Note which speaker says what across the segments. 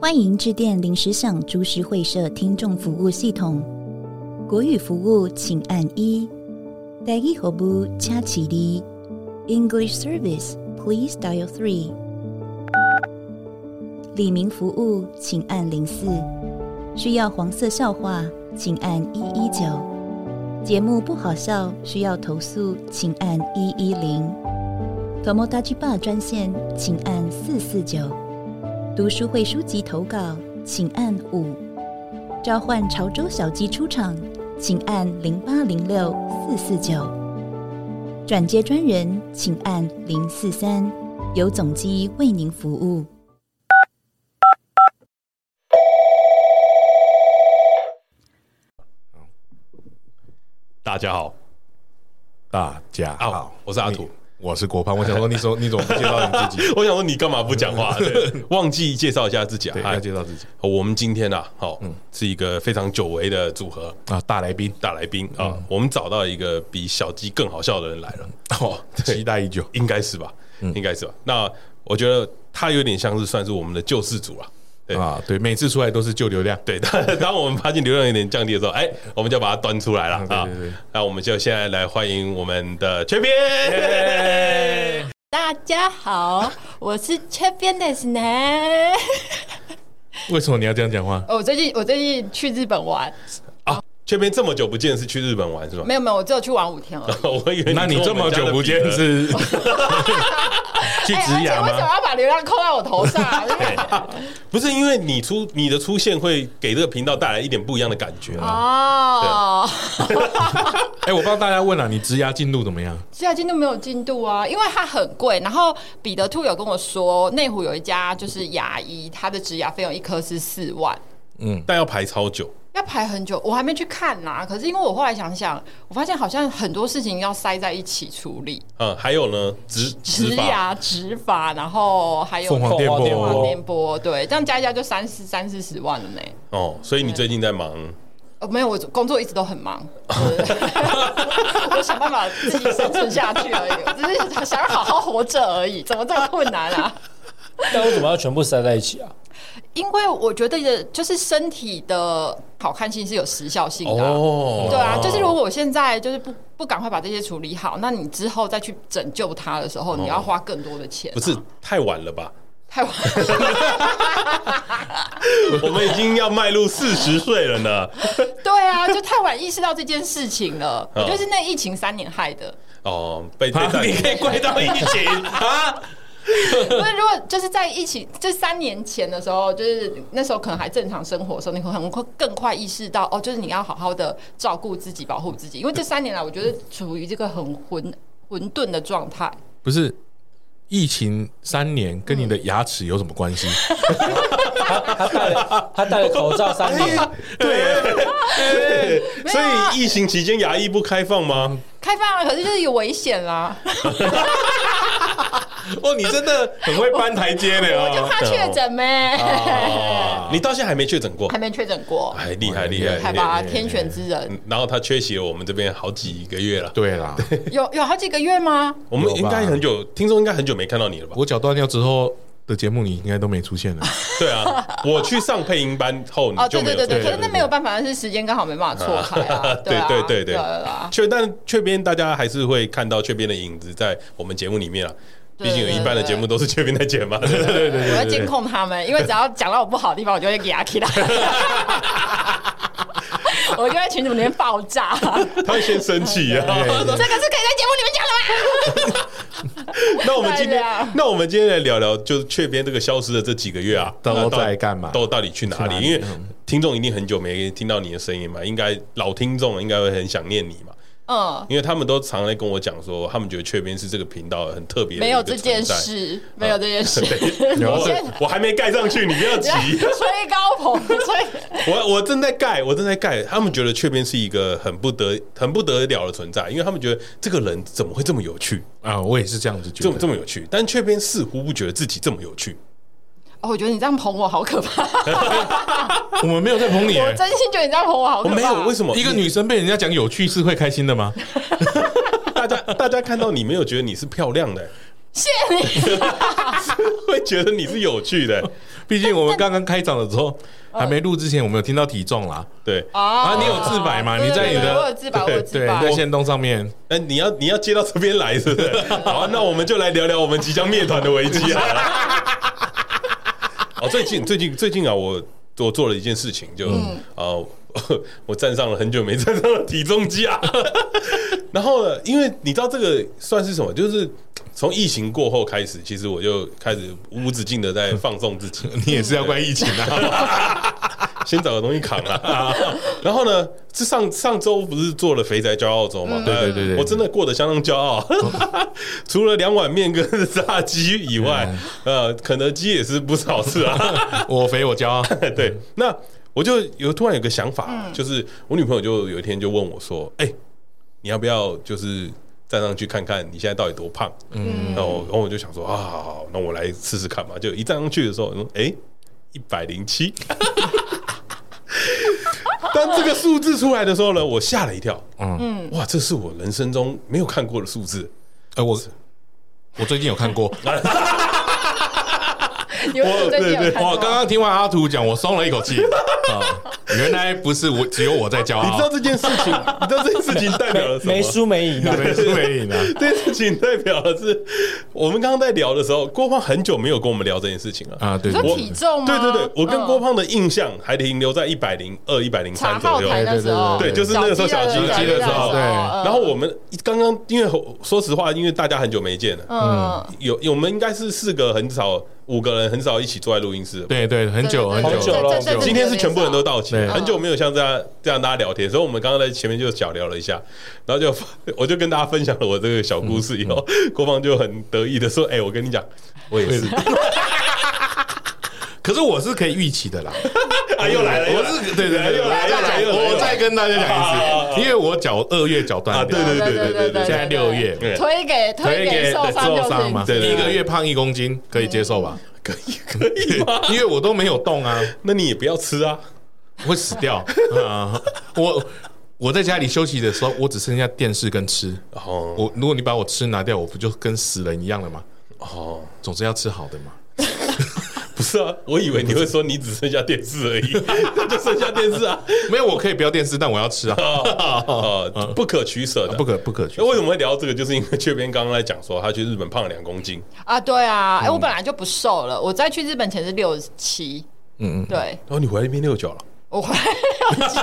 Speaker 1: 欢迎致电临时想株式会社听众服务系统，国语服务请按一，台语服务请起立，English service please dial three。李明服务请按零四，需要黄色笑话请按一一九，节目不好笑需要投诉请按一一零。Tomodachi Bar 专线，请按四四九。读书会书籍投稿，请按五。召唤潮州小鸡出场，请按零八零六四四九。转接专人，请按零四三，由总机为您服务。
Speaker 2: 大家好，
Speaker 3: 大家
Speaker 2: 好
Speaker 3: 好，
Speaker 2: 我是阿土
Speaker 3: 你，哦我是国胖。我想说，你怎么 你怎么不介绍你自己？
Speaker 2: 我想说你干嘛不讲 话？对忘记介绍一下自己啊！
Speaker 3: 对，
Speaker 2: 嗨
Speaker 3: 要介绍自己嗯
Speaker 2: 好我们今天啊，好，是一个非常久违的组合
Speaker 3: 啊，大来宾，
Speaker 2: 大来宾
Speaker 3: 嗯
Speaker 2: 啊，我们找到一个比小鸡更好笑的人来了，
Speaker 3: 哦，期待已久。
Speaker 2: 应该是吧？
Speaker 3: 嗯
Speaker 2: 应该是吧？那我觉得他有点像是算是我们的救世主了。对
Speaker 3: 啊，对，每次出来都是旧流量，
Speaker 2: 对， 当当我们发现流量有点降低的时候，哎，我们就把它端出来了
Speaker 3: 嗯对
Speaker 2: 啊
Speaker 3: 对对！
Speaker 2: 那我们就现在来欢迎我们的缺边。
Speaker 4: 大家 好，我是切边的呢。
Speaker 3: 为什么你要这样讲话？
Speaker 4: 哦我最近我最近去日本 玩，
Speaker 2: 啊，缺边这么久不见是去日本玩是吧？
Speaker 4: 没有没有，我只有去玩五天 而已。
Speaker 2: 我以为
Speaker 3: 那你这么久不见
Speaker 2: 是
Speaker 3: 是 去
Speaker 4: 哎而
Speaker 3: 植
Speaker 4: 且
Speaker 3: 牙
Speaker 4: 为什么
Speaker 3: 吗？
Speaker 4: 要把流量扣在我头上、啊？
Speaker 2: 不是因为你出你的出现会给这个频道带来一点不一样的感觉啊？
Speaker 4: 哦，
Speaker 3: 哎，我帮大家问了，你植牙进度怎么样？
Speaker 4: 现在进度没有进度啊，因为它很贵。然后彼得兔有跟我说，内湖有一家就是牙医，他的植牙费用一颗是四万。
Speaker 3: 嗯
Speaker 2: 但要排超久，
Speaker 4: 要排很久，我还没去看啦。可是因为我后来想想，我发现好像很多事情要塞在一起处理，
Speaker 2: 嗯，还有呢，植
Speaker 4: 植
Speaker 2: 发，
Speaker 4: 牙、植发，然后还有
Speaker 3: 凤凰电波
Speaker 4: 凤凰电波，对，这样加一加就三四三四十万了呢。
Speaker 2: 哦，所以你最近在忙，
Speaker 4: 哦，没有，我工作一直都很忙，对 我想办法自己生存下去而已，我只是想要好好活着而已，怎么这么困难啊？
Speaker 5: 那为什么要全部塞在一起啊？
Speaker 4: 因为我觉得就是身体的好看性是有时效性的啊、
Speaker 2: 哦
Speaker 4: 对啊，就是如果我现在就是不不赶快把这些处理好，那你之后再去拯救它的时候，你要花更多的钱啊、
Speaker 2: 不是太晚了吧？
Speaker 4: 太晚。
Speaker 2: 我们已经要迈入四十岁了呢。
Speaker 4: 对啊，就太晚意识到这件事情 了。我就是那疫情三年害的。
Speaker 2: 哦，被被
Speaker 3: 啊
Speaker 2: 带
Speaker 3: 你可以怪到疫情 啊？
Speaker 4: 因为如果就是在疫情就三年前的时候，就是那时候可能还正常生活的时候，你可能会更快意识到哦，就是你要好好的照顾自己、保护自己。因为这三年来，我觉得处于这个很混混沌的状态。
Speaker 3: 不是，疫情三年跟你的牙齿有什么关 系？
Speaker 5: 他戴了他戴了口罩三年，
Speaker 4: 啊
Speaker 2: 所以疫情期间牙医不开放吗？
Speaker 4: 开放了，可是就是有危险啦。
Speaker 2: 啊
Speaker 3: 哦，你真的很会搬台阶的
Speaker 4: 我就
Speaker 3: 哦。
Speaker 4: 怕确诊呗，
Speaker 2: 啊，你到现在还没确诊过
Speaker 4: 还，没确诊过，
Speaker 2: 哎，厉害厉害
Speaker 4: 害
Speaker 2: 厉害！
Speaker 4: 吧？天选之人
Speaker 2: 嗯然后他缺席了我们这边好几个月了，
Speaker 3: 对啦，
Speaker 4: 有有好几个月吗？
Speaker 2: 我们
Speaker 3: 有吧
Speaker 2: 应该很久，听说应该很久没看到你了 吧？
Speaker 3: 我脚断掉之后的节目你应该都没出现了。
Speaker 2: 对啊，我去上配音班后你
Speaker 4: 哦，
Speaker 2: 就
Speaker 4: 对
Speaker 2: 没
Speaker 4: 对
Speaker 2: 有
Speaker 4: 对对，
Speaker 3: 对
Speaker 4: 可是那没有办法，那是时间刚好没办法错开啊。
Speaker 2: 对
Speaker 4: 啊
Speaker 2: 对对对
Speaker 4: 对啊
Speaker 2: 确但雀边大家还是会看到雀边的影子在我们节目里面啊，
Speaker 4: 对
Speaker 2: 毕竟有一半的节目都是雀边在剪嘛。对对对，
Speaker 4: 我会监控他们，因为只要讲到我不好的地方，我就会给他起来。 我就在群组里面爆炸，
Speaker 2: 他会先生气啊。
Speaker 4: 这个是可以在节目里面讲的吗？
Speaker 2: 那我们今
Speaker 4: 对
Speaker 2: 天
Speaker 4: 啊，
Speaker 2: 那我们今天来聊聊，就是雀边这个消失的这几个月啊，
Speaker 3: 都
Speaker 2: 那到
Speaker 3: 在干嘛
Speaker 2: 都到底去哪
Speaker 3: 去哪
Speaker 2: 里？
Speaker 3: 里
Speaker 2: 因为听众一定很久没听到你的声音嘛，应该老听众应该会很想念你嘛。
Speaker 4: 嗯，
Speaker 2: 因为他们都常来跟我讲说，他们觉得雀边是这个频道很特别的
Speaker 4: 没
Speaker 2: 一
Speaker 4: 有
Speaker 2: 个
Speaker 4: 这
Speaker 2: 存在，
Speaker 4: 件事，没有这件事。
Speaker 3: 有
Speaker 4: 你先
Speaker 2: 我我还没盖上去，你不要急。
Speaker 4: 吹高捧，吹
Speaker 2: 我我正在盖，我正在盖。他们觉得雀边是一个很不得很不得了的存在，因为他们觉得这个人怎么会这么有趣，
Speaker 3: 啊，我也是这样子觉
Speaker 2: 这么这
Speaker 3: 得。
Speaker 2: 么有趣。但雀边似乎不觉得自己这么有趣。
Speaker 4: 哦，我觉得你这样捧我好可怕，
Speaker 3: 我们没有在捧你、
Speaker 4: 我
Speaker 3: 欸，
Speaker 4: 真心觉得你这样捧我好
Speaker 2: 我
Speaker 4: 可
Speaker 2: 哦
Speaker 4: 怕。
Speaker 2: 没有，为什么
Speaker 3: 哦一个女生被人家讲有趣是会开心的吗？
Speaker 2: 大家大家看到你没有觉得你是漂亮的、
Speaker 4: 谢谢你，
Speaker 2: 会觉得你是有趣的。
Speaker 3: 毕竟我们刚刚开场的 时候，
Speaker 2: 嗯
Speaker 3: 还没录之前，我们有听到体重啦。
Speaker 2: 对，
Speaker 4: 啊
Speaker 3: 啊你有自白吗
Speaker 4: 对
Speaker 3: 你在
Speaker 4: 对
Speaker 3: 你
Speaker 4: 对
Speaker 3: 的
Speaker 4: 我有自白，我有自
Speaker 3: 对，你
Speaker 4: 白
Speaker 3: 在。线动 上面，
Speaker 2: 那哎你要你要接到这边来，是不是？好、啊，那我们就来聊聊我们即将灭团的危机啊。哦，最近最近最近啊，我我做了一件事情，就啊、我站上了很久没站上的体重机啊。 然后呢，因为你知道这个算是什么？就是从疫情过后开始，其实我就开始无止境的在放纵自己。
Speaker 3: 你也是要怪疫情 啊。
Speaker 2: 先找个东西扛啦。 然后呢，这上上周不是做了肥宅骄傲周嘛？
Speaker 3: 嗯
Speaker 2: 哎
Speaker 3: 对对对对
Speaker 2: 我真的过得相当骄傲。 除了两碗面跟炸鸡以外，
Speaker 3: 嗯
Speaker 2: 呃，肯德基也是不少次啊。
Speaker 3: 我肥我骄傲，
Speaker 2: 对，那我就有突然有个想法，就是我女朋友就有一天就问我说：“哎，你要不要就是？”站上去看看你现在到底多胖，嗯，然后我然后我就想说啊，好好好，那我来试试看嘛。就一站上去的时候，嗯哎，一百零 七，当这个数字出来的时候呢，我吓了一跳。嗯，哇，这是我人生中没有看过的数字。
Speaker 3: 哎，我我最近有 看过，
Speaker 2: 啊
Speaker 4: 你为什么最近有看
Speaker 3: 我
Speaker 4: 过？
Speaker 3: 哦刚刚听完阿图讲，我松了一口气 啊，原来不是我，只有我在骄傲，
Speaker 2: 你知道这件事情，你知道这件事情代表 了什么？
Speaker 5: 没输没赢 啊，
Speaker 3: 没输没赢啊，
Speaker 2: 这件事情代表的是，我们刚刚在聊的时候，郭胖很久没有跟我们聊这件事情了。
Speaker 3: 啊，对，
Speaker 4: 你说
Speaker 3: 我
Speaker 4: 体重吗？
Speaker 2: 对对对，我跟
Speaker 4: 嗯
Speaker 2: 郭胖的印象还停留在一百零二、一百零
Speaker 4: 查
Speaker 2: 三
Speaker 4: 号
Speaker 2: 左右。
Speaker 4: 台那时候，
Speaker 3: 对对对对对
Speaker 2: 就是那个时候小
Speaker 4: 鸡
Speaker 2: 鸡
Speaker 3: 的时候对
Speaker 4: 嗯
Speaker 2: 然后我们刚刚因为说实话，因为大家很久没见了，
Speaker 4: 嗯，
Speaker 2: 有我们应该是四个很少，五个人很少一起坐在录音室了吧。
Speaker 3: 对对，很久
Speaker 4: 对
Speaker 3: 很
Speaker 4: 对对
Speaker 5: 久了
Speaker 4: 对
Speaker 5: 很久
Speaker 4: 对对对
Speaker 2: 今天是全部人都到齐，
Speaker 3: 对
Speaker 2: 很久没有像这样这样大家聊天，所以我们刚刚在前面就小聊了一下，然后就我就跟大家分享了我这个小故事以后，郭芳就很得意的说：“哎、我跟你讲，我也 是，
Speaker 3: 可是我是可以预期的啦，
Speaker 2: 啊，又来了，又
Speaker 3: 我
Speaker 2: 来了
Speaker 3: 是对对对，
Speaker 2: 又来又来又来，
Speaker 3: 我再跟大家讲一次，因为我脚二月脚断
Speaker 2: 啊，对对对对对对
Speaker 3: 现在六月，
Speaker 2: 对
Speaker 4: 推给推给受伤
Speaker 3: 受
Speaker 4: 就
Speaker 3: 伤嘛，
Speaker 4: 是
Speaker 2: 对对对
Speaker 3: 一个月胖一公斤可以接受吧？
Speaker 2: 可以可以吗？
Speaker 3: 因为我都没有动啊，
Speaker 2: 那你也不要吃啊，
Speaker 3: 会死掉 啊！我我在家里休息的时候，我只剩下电视跟吃。
Speaker 2: 哦
Speaker 3: 我如果你把我吃拿掉，我不就跟死人一样了吗？
Speaker 2: 哦，
Speaker 3: 总之要吃好的嘛。
Speaker 2: 不是啊，我以为你会说你只剩下电视而已，那就剩下电视啊，
Speaker 3: 没有，我可以不要电视，但我 要吃啊！
Speaker 2: 哦，呃不可取舍的，
Speaker 3: 不可不可取
Speaker 2: 那。为什么会聊这个？就是因为雀边刚刚在讲说，他去日本胖了两公斤，
Speaker 4: 啊，对啊，
Speaker 3: 嗯
Speaker 4: 哎，我本来就不瘦了，我在去日本前是六七，嗯嗯，对
Speaker 2: 然后哦你回来那边六九了。
Speaker 4: 我回来六九，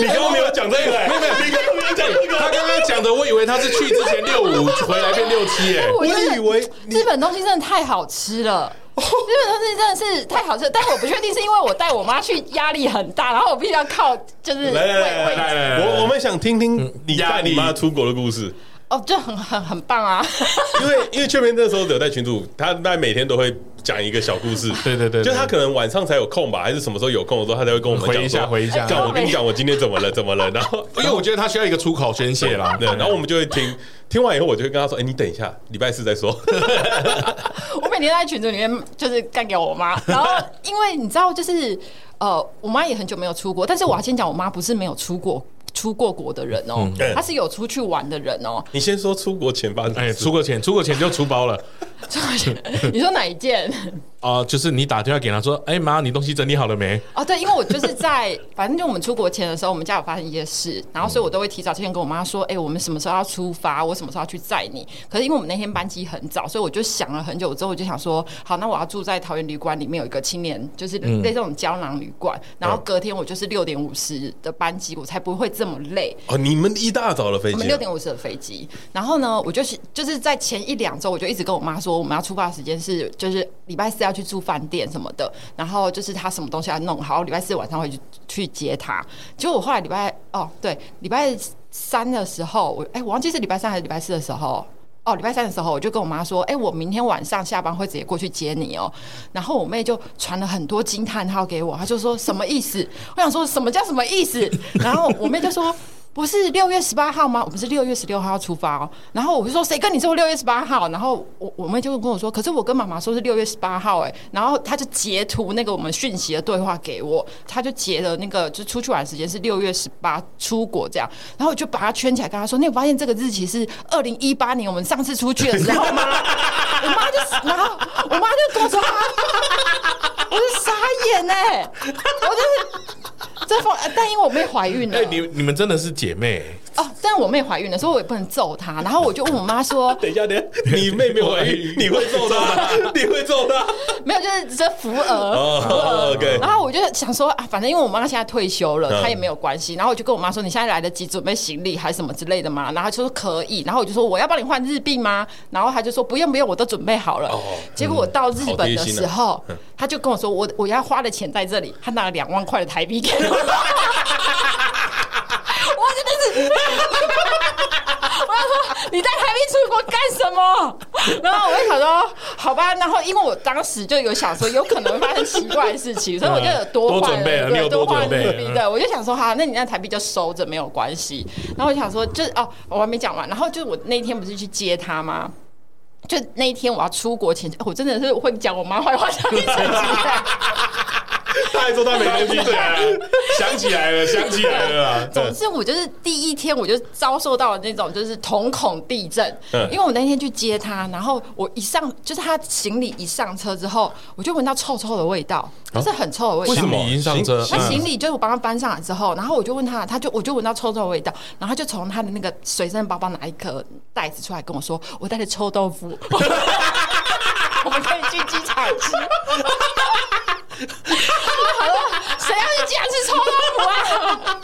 Speaker 2: 你刚刚没有讲这个、欸，没有没有，你刚刚没有讲这
Speaker 3: 他
Speaker 2: 个。
Speaker 3: 刚刚讲的，我以为他是去之前六五回来变六七，哎，
Speaker 4: 我
Speaker 2: 我
Speaker 4: 真的
Speaker 2: 以为你
Speaker 4: 日本东西真的太好吃 了。日本东西真的是太好吃了，但我不确定是因为我带我妈去压力很大，然后我必须要靠就是
Speaker 2: 来来
Speaker 4: 喂
Speaker 2: 来
Speaker 4: 喂
Speaker 2: 来
Speaker 3: 来
Speaker 2: 来，我我们想听听你
Speaker 3: 压
Speaker 2: 带
Speaker 3: 力
Speaker 2: 你妈出国的故事，
Speaker 4: 哦，就很很很棒啊！
Speaker 2: 因为因为雀边那时候有在群主，他大概每天都会讲一个小故事，
Speaker 3: 对对对对
Speaker 2: 就他可能晚上才有空吧，还是什么时候有空的时候，他才会跟我们讲
Speaker 3: 回一下
Speaker 2: 说
Speaker 3: 回一下
Speaker 2: 干我跟你讲，我哎今天怎么了怎么了，然后
Speaker 3: 因为我觉得他需要一个出口宣泄啦。
Speaker 2: 对，然后我们就会听，听完以后我就会跟他说，哎，你等一下，礼拜四再说。
Speaker 4: 我每天在群组里面就是干给我妈，然后因为你知道，就是呃，我妈也很久没有出国，但是我要先讲，我妈不是没有出国出过国的人哦、
Speaker 2: 嗯
Speaker 4: 她是有出去玩的人哦、
Speaker 2: 你先说出国前发生什么
Speaker 3: 哎，
Speaker 2: 事，
Speaker 3: 出国前，出国前就出包了
Speaker 4: 你说哪一件？
Speaker 3: 啊！就是你打电话给他说：“哎妈，你东西整理好了没
Speaker 4: 哦，对，因为我就是在，反正就我们出国前的时候，我们家有发生一些事，然后所以我都会提早先跟我妈说，哎、我们什么时候要出发，我什么时候要去载你。可是因为我们那天班机很早，所以我就想了很久之后，我就想说，好，那我要住在桃园旅馆里面有一个青年，就是类似这种胶囊旅馆，然后隔天我就是六点五十的班机，我才不会这么累。
Speaker 3: 哎
Speaker 2: 哦，你们一大早的飞机
Speaker 4: 我们
Speaker 2: 啊，，
Speaker 4: 六点五十的飞机，然后呢，我就是就是在前一两周，我就一直跟我妈说，我们要出发的时间是就是礼拜四要去住饭店什么的，然后就是她什么东西要弄好，礼拜四晚上会去去接她。结果我后来礼拜哦对，礼拜三的时候，我哎、我忘记是礼拜三还是礼拜四的时候。哦，礼拜三的时候，我就跟我妈说，哎、我明天晚上下班会直接过去接你哦。然后我妹就传了很多惊叹号给我，她就说什么意思？我想说什么叫什么意思？然后我妹就说。不是六月十八号吗？我们是六月十六号要出发哦。然后我就说谁跟你说六月十八号？然后我我妹就跟我说，可是我跟妈妈说是六月十八号哎、然后她就截图那个我们讯息的对话给我，她就截了那个就出去玩的时间是六月十八出国这样，然后我就把它圈起来跟她说，你有发现这个日期是二零一八年我们上次出去的时候吗？ 我妈就然后我妈就跟我说。啊我就傻眼哎、我就是这封，但因为我妹怀孕了，
Speaker 3: 哎，你你们真的是姐妹？
Speaker 4: 哦，但我妹怀孕了，所以我也不能揍她。然后我就问我妈说
Speaker 2: 等一下，等一下，你妹妹怀孕，你会揍她？ 你会揍她？
Speaker 4: 没有，就是这扶额。
Speaker 2: 哦，OK，
Speaker 4: 然后我就想说啊，反正因为我妈现在退休了，
Speaker 2: 嗯
Speaker 4: 她也没有关系。然后我就跟我妈说，你现在来得及准备行李还是什么之类的吗？然后她就说可以。然后我就说我要帮你换日币吗？然后她就说不用不用，我都准备好了。结果我到日本的时候，她就跟我说我我要花的钱在这里，她拿了两万块的台币给我。 我真的是，我要说你带台币出国干什么？ 然后我就想说，好吧，然后因为我当时就有想说，有可能会发生奇怪的事情，所以我就有多
Speaker 3: 嗯多
Speaker 4: 换
Speaker 3: 准备了
Speaker 4: 对
Speaker 3: 你有多
Speaker 4: 多换
Speaker 3: 准备
Speaker 4: 日币
Speaker 3: 嗯
Speaker 4: 对，我就想说，哈，那你那台币就收着没有关系。然后我就想说，就是哦，我还没讲完，然后就是我那天不是去接他吗？就那一天我要出国前，哦我真的是会讲我妈坏话讲一整集的。
Speaker 2: 她还说她没东西，对啊，
Speaker 3: 想起来了，想起来了啊啦。
Speaker 4: 总之，我就是第一天我就遭受到了那种就是瞳孔地震，
Speaker 2: 嗯
Speaker 4: 因为我那天去接他，然后我一上就是他行李一上车之后，我就闻到臭臭的味道，就是很臭的味道。
Speaker 3: 啊为什么已经上车？
Speaker 4: 他行
Speaker 3: 嗯
Speaker 4: 李就是我帮他搬上来之后，然后我就问他，他就我就闻到臭臭的味道，然后他就从他的那个随身包包拿一颗袋子出来跟我说，我带了臭豆腐， 我们可以去机场吃。 我好了，谁要去机场吃臭豆腐啊？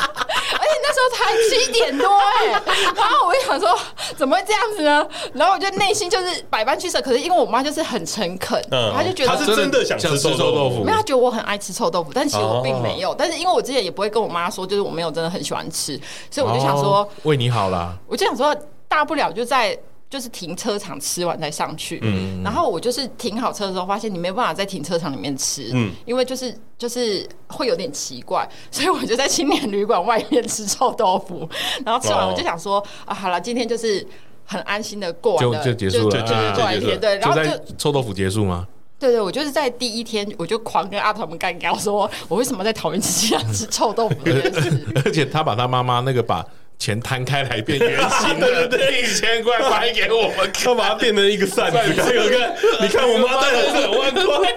Speaker 4: 而且那时候才七点多哎、然后我就想说怎么会这样子呢？然后我就内心就是百般曲折，可是因为我妈就是很诚恳，
Speaker 2: 嗯
Speaker 4: 她就觉
Speaker 2: 她
Speaker 4: 得
Speaker 2: 是真的想吃臭豆腐
Speaker 4: 没有，他觉得我很爱吃臭豆腐，但其实我并没有。但是因为我之前也不会跟我妈说，就是我没有真的很喜欢吃，所以我就想说，
Speaker 3: 哦为你好啦。
Speaker 4: 我就想说，大不了就在就是停车场吃完再上去。嗯，然后我就是停好车的时候，发现你没办法在停车场里面吃，
Speaker 2: 嗯
Speaker 4: 嗯，因为就是就是会有点奇怪，所以我就在青年旅馆外面吃臭豆腐。然后吃完
Speaker 2: 哦
Speaker 4: 我就想说，啊，好了，今天就是。很安心的过完了，
Speaker 3: 就就结束了
Speaker 4: 就就
Speaker 2: 啊
Speaker 4: 就过完一
Speaker 2: 就结束了
Speaker 4: 天，对，然
Speaker 3: 就
Speaker 4: 后
Speaker 3: 在臭豆腐结束吗？
Speaker 4: 对对，我就是在第一天我就狂跟阿团们干掉，说我为什么在讨厌吃鸡蛋吃臭豆腐这件事。
Speaker 3: 而且他把他妈妈那个把钱摊开来变圆形的，一千块拍给我们看。
Speaker 2: 她把它变成一个扇子，这个看，你看我妈带 了两万块，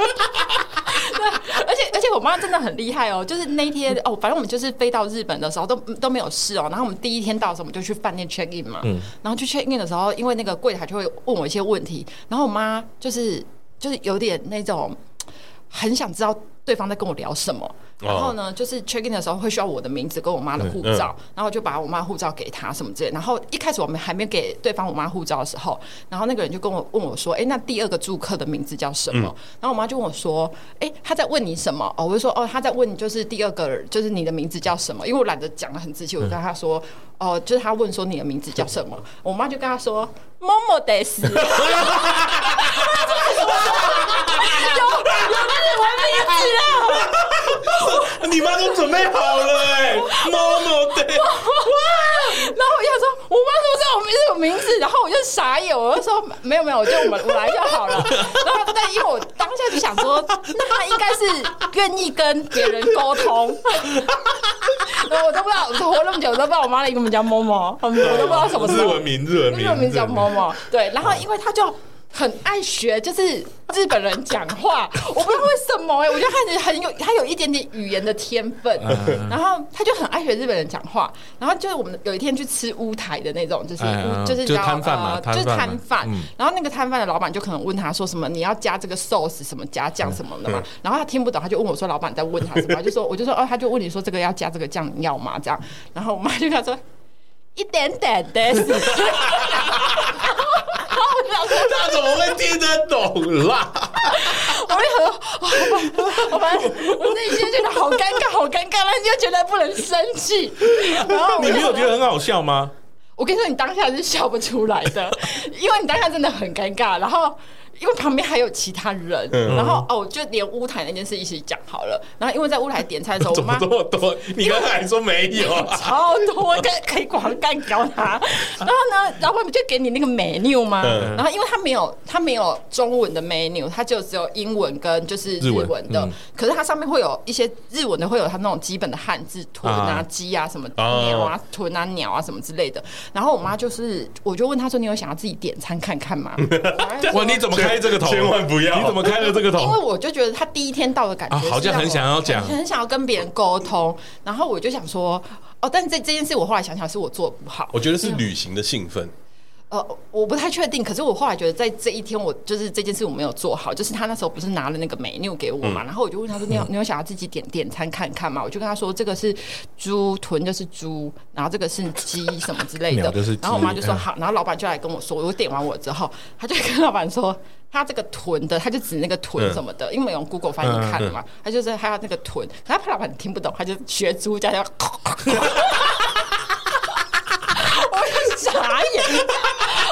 Speaker 4: 而且而且我妈真的很厉害哦，就是那一天哦，反正我们就是飞到日本的时候都都没有事哦。然后我们第一天到的时候，我们就去饭店 check in 嘛，然后去 check in 的时候，因为那个柜台就会问我一些问题，然后我妈就是就是有点那种很想知道对方在跟我聊什么。然后呢，就是 check in 的时候会需要我的名字跟我妈的护照，然后我就把我妈护照给她什么之类。然后一开始我们还没给对方我妈护照的时候，然后那个人就跟我问我说：“哎，那第二个住客的名字叫什么？”然后我妈就问我说：“哎，他在问你什么？”哦，我就说：“哦，他在问就是第二个人就是你的名字叫什么？”因为我懒得讲的很仔细，我就跟他说：“哦，就是他问说你的名字叫什么？”我妈就跟他说：“某某得死。”
Speaker 2: 你妈都准备好了哎，妈妈对，
Speaker 4: 然后我就说，我妈怎么知道我名字有名字？然后我就傻眼，我就说没有没有，我就我们我来就好了。然后但因为我当下就想说，那他应该是愿意跟别人沟通。然后我都不知道，我活那么久我都不知道我妈的英文叫某某，我都不知道什么时
Speaker 3: 日
Speaker 4: 候
Speaker 3: 文名，日文
Speaker 4: 日
Speaker 3: 名，哦
Speaker 4: 文名叫某某。对，然后因为他就。很爱学，就是日本人讲 话，我不知道为什么哎、我觉得他很有，他有一点点语言的天分，
Speaker 3: 啊
Speaker 4: 然后他就很爱学日本人讲话，然后就是我们有一天去吃乌台的那种，就是
Speaker 3: 哎呀
Speaker 4: 乌就是
Speaker 3: 就
Speaker 4: 叫
Speaker 3: 摊贩嘛
Speaker 4: 呃
Speaker 3: 摊
Speaker 4: 就是
Speaker 3: 贩嘛
Speaker 4: 摊贩
Speaker 3: 嗯，
Speaker 4: 然后那个摊贩的老板就可能问他说什么，你要加这个 sauce 什么加酱什么的
Speaker 3: 嗯
Speaker 4: 嘛，然后他听不懂，他就问我说老板在问他什 么，他就说我就说哦，他就问你说这个要加这个酱你要吗？这样，然后我妈就跟他说一点点的。
Speaker 3: 他怎么会听得懂啦？
Speaker 4: 我也很，我反正我内心觉得好尴尬，好尴尬，但是又觉得不能生气。然后我
Speaker 3: 你
Speaker 4: 就
Speaker 3: 没有觉得很好笑吗？
Speaker 4: 我跟你说，你当下是笑不出来的，因为你当下真的很尴尬。然后因为旁边还有其他人，
Speaker 2: 嗯
Speaker 4: 然后哦，就连乌台那件事一起讲好了。然后因为在乌台点菜的时候，我
Speaker 3: 怎么
Speaker 4: 妈
Speaker 3: 这么多？你刚才还说没有啊，
Speaker 4: 超多，跟可以广干掉 他。然后呢，老板不就给你那个 menu 吗？
Speaker 2: 嗯
Speaker 4: 然后因为他没有他没有中文的 menu，他就只有英文跟就是
Speaker 3: 日
Speaker 4: 日
Speaker 3: 文
Speaker 4: 文的。
Speaker 3: 嗯
Speaker 4: 可是它上面会有一些日文的，会有它那种基本的汉字，豚啊
Speaker 3: 啊、哦
Speaker 4: 鸡啊、什么
Speaker 2: 啊
Speaker 4: 牛啊、豚啊、鸟啊什么之类的。然后我妈就是，我就问她说：“你有想要自己点餐看看 吗？”然后
Speaker 3: 哇，
Speaker 4: 她就说
Speaker 3: 你怎么开这个头？
Speaker 2: 千千万不要
Speaker 3: 你怎么开了这个
Speaker 4: 因为
Speaker 3: 头？
Speaker 4: 我就觉得他第一天到的感觉、
Speaker 3: 啊好像很想要讲
Speaker 4: 很想要跟别人沟通，然后我就想说，哦，但这这件事我后来想想是我做不好，
Speaker 2: 我觉得是旅行的兴奋，
Speaker 4: 呃，我不太确定，可是我后来觉得在这一天我就是这件事我没有做好，就是他那时候不是拿了那个 menu 给我
Speaker 3: 嗯
Speaker 4: 嘛，然后我就问他说，你有你有想要自己点点餐看看吗？我就跟他说这个是猪豚就是猪，然后这个是鸡什么之类的
Speaker 3: 鸟就是，鸡
Speaker 4: 然后我妈就说
Speaker 3: 嗯
Speaker 4: 好，然后老板就来跟我说，我点完我之后，他就跟老板说。他这个豚的，他就指那个
Speaker 3: 嗯
Speaker 4: 豚什么的，因为我用 Google 翻译看了嘛，他就是他要那个豚，可他怕老板听不懂，他就学猪叫叫， 我就傻眼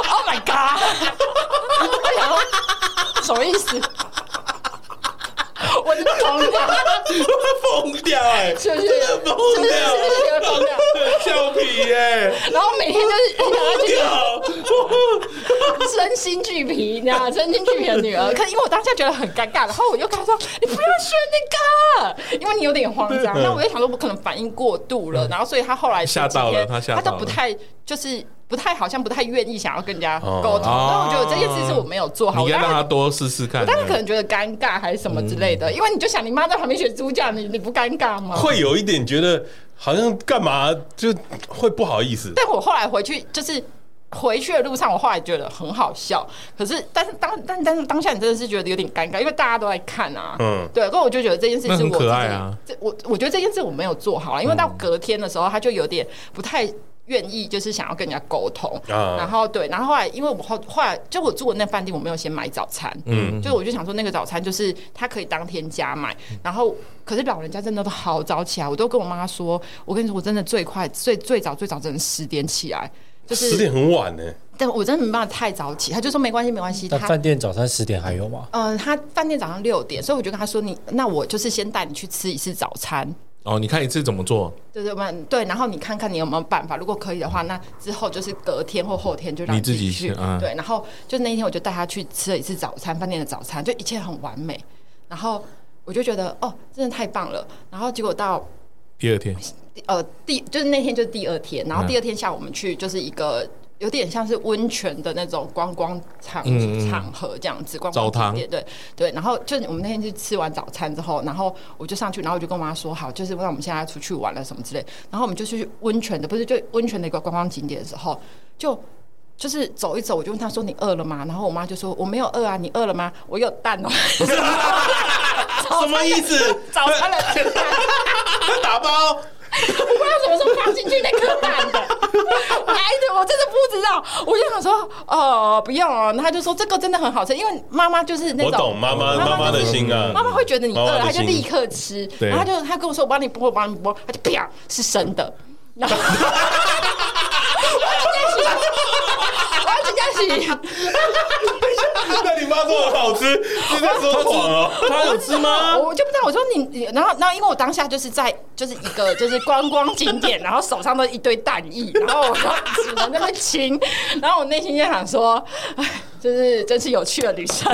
Speaker 4: ，Oh my god！我想说什么意思？我真的疯掉，
Speaker 3: 疯掉 哎，
Speaker 4: 是不是？
Speaker 3: 真的疯
Speaker 4: 是不是是不是觉得疯
Speaker 3: 掉，
Speaker 4: 掉？
Speaker 3: 笑皮哎，
Speaker 4: 然后每天就是想要去
Speaker 3: 掉，
Speaker 4: 身心俱疲，你知道吗？身心俱疲的啊女儿，可是因为我当下觉得很尴尬，然后我就跟她说：“你不要选那个，因为你有点慌张。”那我就想说，我可能反应过度了，然后所以她后来
Speaker 3: 吓到了
Speaker 4: 她
Speaker 3: 她吓
Speaker 4: 她
Speaker 3: 到了
Speaker 4: 都不太就是不太好像不太愿意想要跟人家
Speaker 2: 哦
Speaker 4: 沟通。然后我觉得这件事是我没有做好，
Speaker 3: 你
Speaker 4: 我
Speaker 3: 应该
Speaker 4: 当
Speaker 3: 让
Speaker 4: 然
Speaker 3: 他多试试看。
Speaker 4: 但是可能觉得尴尬还是什么之类的，因为你就想你妈在旁边学猪叫，你你不尴尬吗？
Speaker 2: 会有一点觉得好像干嘛就会不好意思。
Speaker 4: 但我后来回去就是。回去的路上，我后来觉得很好笑，可是但是当但但是当下你真的是觉得有点尴尬，因为大家都在看啊，
Speaker 2: 嗯
Speaker 4: 嗯，对，所以我就觉得这件事
Speaker 3: 那
Speaker 4: 是
Speaker 3: 很
Speaker 4: 我
Speaker 3: 可
Speaker 4: 自己
Speaker 3: 爱啊
Speaker 4: 这我我觉得这件事我没有做好啊，因为到隔天的时候，他就有点不太愿意，就是想要跟人家沟通，
Speaker 2: 啊
Speaker 4: 然后对，然后后来因为我后后来就我住的那饭店，我没有先买早餐，嗯，就我就想说那个早餐就是他可以当天加买，然后可是老人家真的都好早起来，我都跟我妈说，我跟你说我真的最快最最早最早只能十点起来，就
Speaker 2: 十
Speaker 4: 是
Speaker 2: 点很晚呢、
Speaker 4: 但我真的没办法太早起，他就说没关系没关系，
Speaker 5: 那
Speaker 4: 他
Speaker 5: 饭店早餐十点还有吗？
Speaker 4: 嗯，他饭店早上六点，所以我就跟他说你那我就是先带你去吃一次早餐，
Speaker 3: 哦，你看一次怎么做？
Speaker 4: 对对对，对，然后你看看你有没有办法，如果可以的话，那之后就是隔天或后天就让
Speaker 3: 你自己
Speaker 4: 去。
Speaker 3: 去嗯
Speaker 4: 对，然后就那一天我就带他去吃了一次早餐，饭店的早餐，就一切很完美。然后我就觉得哦，真的太棒了。然后结果到
Speaker 3: 第二天
Speaker 4: 呃第就是那天就是第二天，然后
Speaker 3: 嗯
Speaker 4: 第二天下午我们去就是一个。有点像是温泉的那种观光场、
Speaker 3: 嗯嗯
Speaker 4: 场合这样子，观
Speaker 3: 澡
Speaker 4: 光
Speaker 3: 堂
Speaker 4: 景点对对。然后就我们那天去吃完早餐之后，然后我就上去，然后我就跟我妈说好，就是让我们现在出去玩了什么之类。然后我们就去温泉的，不是就温泉的一个观光景点的时候，就就是走一走，我就问她说你饿了吗？然后我妈就说我没有饿啊，你饿了吗？我有蛋哦，
Speaker 3: 什么意思？
Speaker 4: 早餐了，蛋，
Speaker 3: 他打包，
Speaker 4: 我不知道什么时候放进去那颗蛋 的，哎的，我真的不知道。我就想说，呃，不用哦。然后他就说这个真的很好吃，因为妈妈就是那
Speaker 2: 我
Speaker 4: 种
Speaker 2: 懂妈妈妈妈的心啊，
Speaker 4: 妈妈会觉得你饿
Speaker 2: 妈
Speaker 4: 了，
Speaker 2: 妈
Speaker 4: 她
Speaker 2: 的
Speaker 4: 就
Speaker 2: 心
Speaker 4: 立刻吃。
Speaker 3: 对
Speaker 4: 然后她就她跟我说：“我帮你剥，我帮你剥。”她就 啪，是生的。然后我要请假洗，我要请假洗。
Speaker 2: 那你妈说很好吃，是在说谎哦。
Speaker 3: 他有吃吗？
Speaker 4: 我就不知道，我说你，你然后，然后因为我当下就是在就是一个就是观光景点，然后手上都一堆蛋液，然后我就只能那么亲， 然后我内心就想说，哎，就是真是有趣的旅程。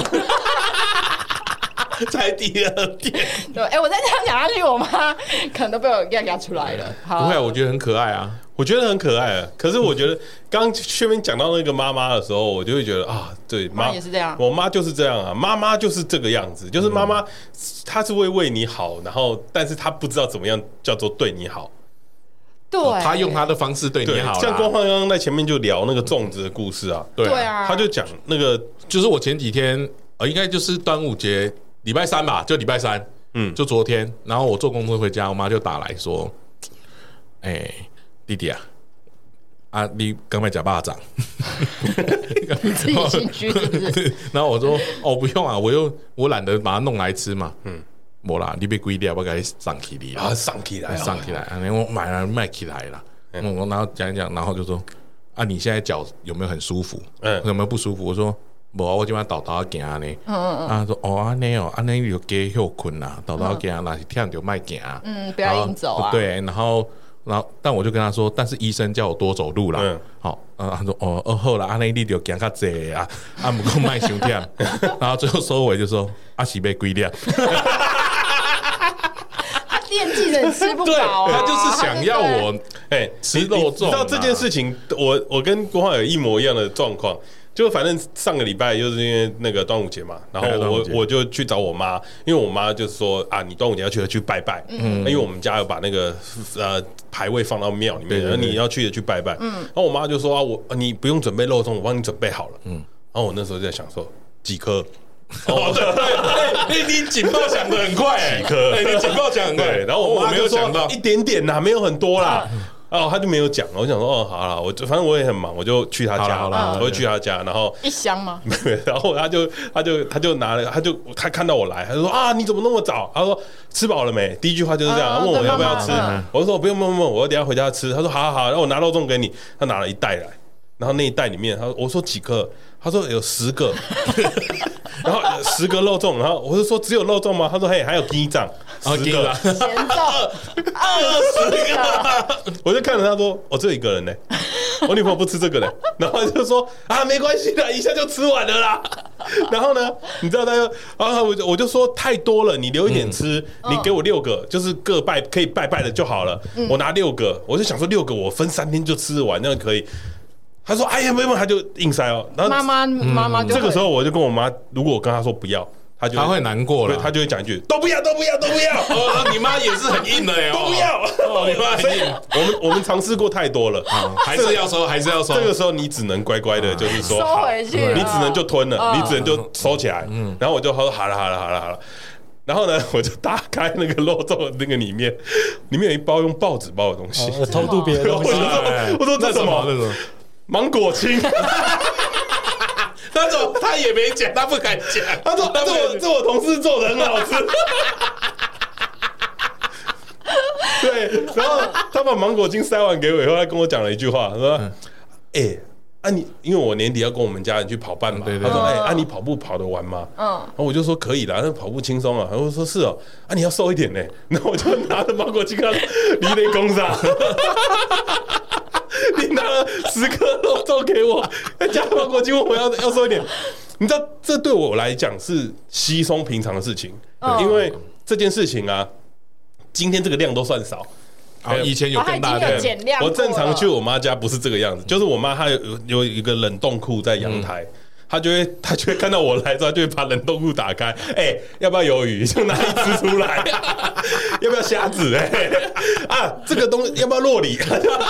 Speaker 3: 才第二天，
Speaker 4: 对， 哎、我再这样讲下去，我妈可能都被我压压出来了。好，
Speaker 3: 不会啊，我觉得很可爱啊。
Speaker 2: 我觉得很可爱啊，可是我觉得刚刚薛明讲到那个妈妈的时候，我就会觉得啊，对，
Speaker 4: 妈也是这样嗯
Speaker 2: 我妈就是这样啊，妈妈就是这个样子，就是妈妈、她是会为你好，然后但是她不知道怎么样叫做对你好，
Speaker 4: 对，
Speaker 3: 哦他用他的方式对你好啦，
Speaker 2: 像光焕刚刚在前面就聊那个粽子的故事啊，
Speaker 3: 对
Speaker 4: 对
Speaker 3: 啊，
Speaker 4: 啊，
Speaker 2: 他就讲那个
Speaker 3: 就是我前几天呃，应该就是端午节礼拜三吧，就礼拜三，
Speaker 2: 嗯
Speaker 3: 嗯，就昨天，然后我坐公车回家，我妈就打来说：“哎、弟弟啊，啊，你刚才假巴掌。”
Speaker 4: 自己心虚，是不 是？
Speaker 3: 然后我说：“哦，不用啊，我又我懒得把它弄来吃嘛。”嗯，没啦，你被归掉，我给它上起你
Speaker 2: 啊
Speaker 3: 啦，
Speaker 2: 上起来、啊，
Speaker 3: 上起来，然哎后我买了卖起来了。嗯，我然后讲一讲，然后就说：“啊，你现在脚有没有很舒服？
Speaker 2: 嗯
Speaker 3: 嗯，有没有不舒服？”我说：“无啊，我即摆豆豆仔行呢。
Speaker 4: 嗯嗯嗯
Speaker 3: 啊，说哦安尼哦，安尼你就加休困啦，豆豆行若是忝就莫行。
Speaker 4: 嗯，不要硬走
Speaker 3: 然后
Speaker 4: 啊。
Speaker 3: 对，然后然后但我就跟他说，但是医生叫我多走路啦
Speaker 2: 嗯。
Speaker 3: 好、呃，他说哦哦好啦，安尼你就行较济啊，啊毋过莫伤忝。 然后最后收尾就说啊是被规定。
Speaker 4: 他惦记着你吃不
Speaker 3: 对，
Speaker 4: 饱
Speaker 3: 他
Speaker 4: 啊，
Speaker 3: 就是想要
Speaker 4: 对不对。
Speaker 3: 我
Speaker 2: 哎，
Speaker 3: 吃
Speaker 2: 你
Speaker 3: 肉
Speaker 2: 你
Speaker 3: 粽
Speaker 2: 你知道
Speaker 3: 啊
Speaker 2: 这件事情，我我跟郭浩有一模一样的状况。就反正上个礼拜就是因为那个端午节嘛，然后
Speaker 3: 对啊端午
Speaker 2: 我
Speaker 3: 节
Speaker 2: 我就去找我妈，因为我妈就说啊，你端午节要去去拜拜，嗯，因为我们家有把那个呃牌位放到庙里面，
Speaker 3: 对对
Speaker 2: 然后
Speaker 3: 对
Speaker 2: 你要去的去拜拜，嗯，然后我妈就说啊，我你不用准备肉粽，我帮你准备好了，嗯，然后我那时候就在想说几颗，
Speaker 3: 哦，对对，哎、你警报响的很快、欸，
Speaker 2: 几颗
Speaker 3: 哎、你警报响很快，
Speaker 2: 对，然哦后我
Speaker 3: 妈
Speaker 2: 没有
Speaker 3: 就说
Speaker 2: 想到一点点呐，没有很多啦。哦，他就没有讲，我想说，哦，好了，我就反正我也很忙，我就去他
Speaker 3: 好啦
Speaker 2: 家，
Speaker 3: 好啦
Speaker 2: 我就去他家，然后，
Speaker 4: 一 箱吗？
Speaker 2: 然后他就，他就，他就拿了，他就他看到我来，他就说啊，你怎么那么早？他说吃饱了没？第一句话就是这样，
Speaker 4: 啊
Speaker 2: 他问我
Speaker 4: 对
Speaker 2: 要不要
Speaker 4: 妈妈
Speaker 2: 吃
Speaker 4: 嗯，
Speaker 2: 我就说不用不用不用，我等一下回家吃。他说好好好，然后我拿肉粽给你，他拿了一袋来，然后那一袋里面，他说我说几颗，他说有十个， 然后呃十个肉粽，然后我就说只有肉粽吗？他说嘿，还有鸡掌，
Speaker 3: 哦
Speaker 2: 十
Speaker 3: 鸡
Speaker 2: 个
Speaker 3: 掌。
Speaker 4: 咸粽二十个，
Speaker 2: 我就看着他说：“我、只有一个人呢、 我女朋友不吃这个呢。” 然后他就说：“啊，没关系的，一下就吃完了啦。” 然后呢，你知道他就啊，我就我就说太多了，你留一点吃，
Speaker 4: 嗯
Speaker 2: 你给我六个，就是各拜可以拜拜的就好了。我拿六个，我就想说六个我分三天就吃完，那样可以。他说：“哎呀，没有，他就硬塞哦。”然后
Speaker 4: 妈妈妈妈
Speaker 3: 嗯
Speaker 4: 就
Speaker 2: 这个时
Speaker 4: 候
Speaker 2: 候我就跟我妈，如果我跟她说不要，她就
Speaker 3: 他会难过
Speaker 2: 对，
Speaker 3: 了，
Speaker 2: 她就会讲一句：“都不要，都不要，都不要。”
Speaker 3: 哦，你妈也是很硬的哟，
Speaker 2: 都 不要，
Speaker 3: 哦，你妈
Speaker 2: 所
Speaker 3: 很
Speaker 2: 以
Speaker 3: 硬，
Speaker 2: 我们我们尝试过太多了，
Speaker 3: 还是要收，还是要收，
Speaker 2: 这个时候你只能乖乖的，就是说
Speaker 4: 收回去
Speaker 2: 好
Speaker 4: 了
Speaker 2: 你只能就吞了，
Speaker 4: 嗯
Speaker 2: 你只能就收起来。然后我就说好了好了好了好了，然后呢，我就打开那个肉粽的那个里面，里面有一包用报纸包的东西，
Speaker 5: 呃偷渡别的东西
Speaker 2: 我，说
Speaker 3: 哎
Speaker 2: 我说这
Speaker 3: 那
Speaker 2: 什么
Speaker 3: 那什么？
Speaker 2: 芒果青。
Speaker 3: 那种他也没讲，他不敢讲，
Speaker 2: 他说这我这我同事做的很好吃。 对，然后他把芒果精塞完给我以后，他跟我讲了一句话，他说：“哎、啊你，因为我年底要跟我们家人去跑半马，
Speaker 3: 对对
Speaker 2: 他说：
Speaker 3: 对
Speaker 2: 哎、啊你跑步跑得完吗？”
Speaker 4: 哦嗯
Speaker 2: 然后我就说可以啦，那跑步轻松啊。然后我说是哦，啊你要瘦一点呢。然后我 就拿着芒果精跟他说：“离雷公上。” 你拿了十颗肉粽给我，再加芒果精，我要要说一点，你知道这对我来讲是稀松平常的事情，
Speaker 4: 嗯
Speaker 2: 因为这件事情啊，今天这个量都算少。
Speaker 3: 哦，以前有更大
Speaker 4: 哦他已经
Speaker 3: 的
Speaker 4: 有减量过
Speaker 2: 我
Speaker 4: 了
Speaker 2: 正常去我妈家不是这个样子，就是我妈她有有一个冷冻库在阳台。
Speaker 4: 嗯
Speaker 2: 她就会， 她就会看到我来之后，她就会把冷冻库打开。哎、要不要鱿鱼？ 就拿一只出来。 要不要虾子？ 哎、啊，这个东西要不要洛梨？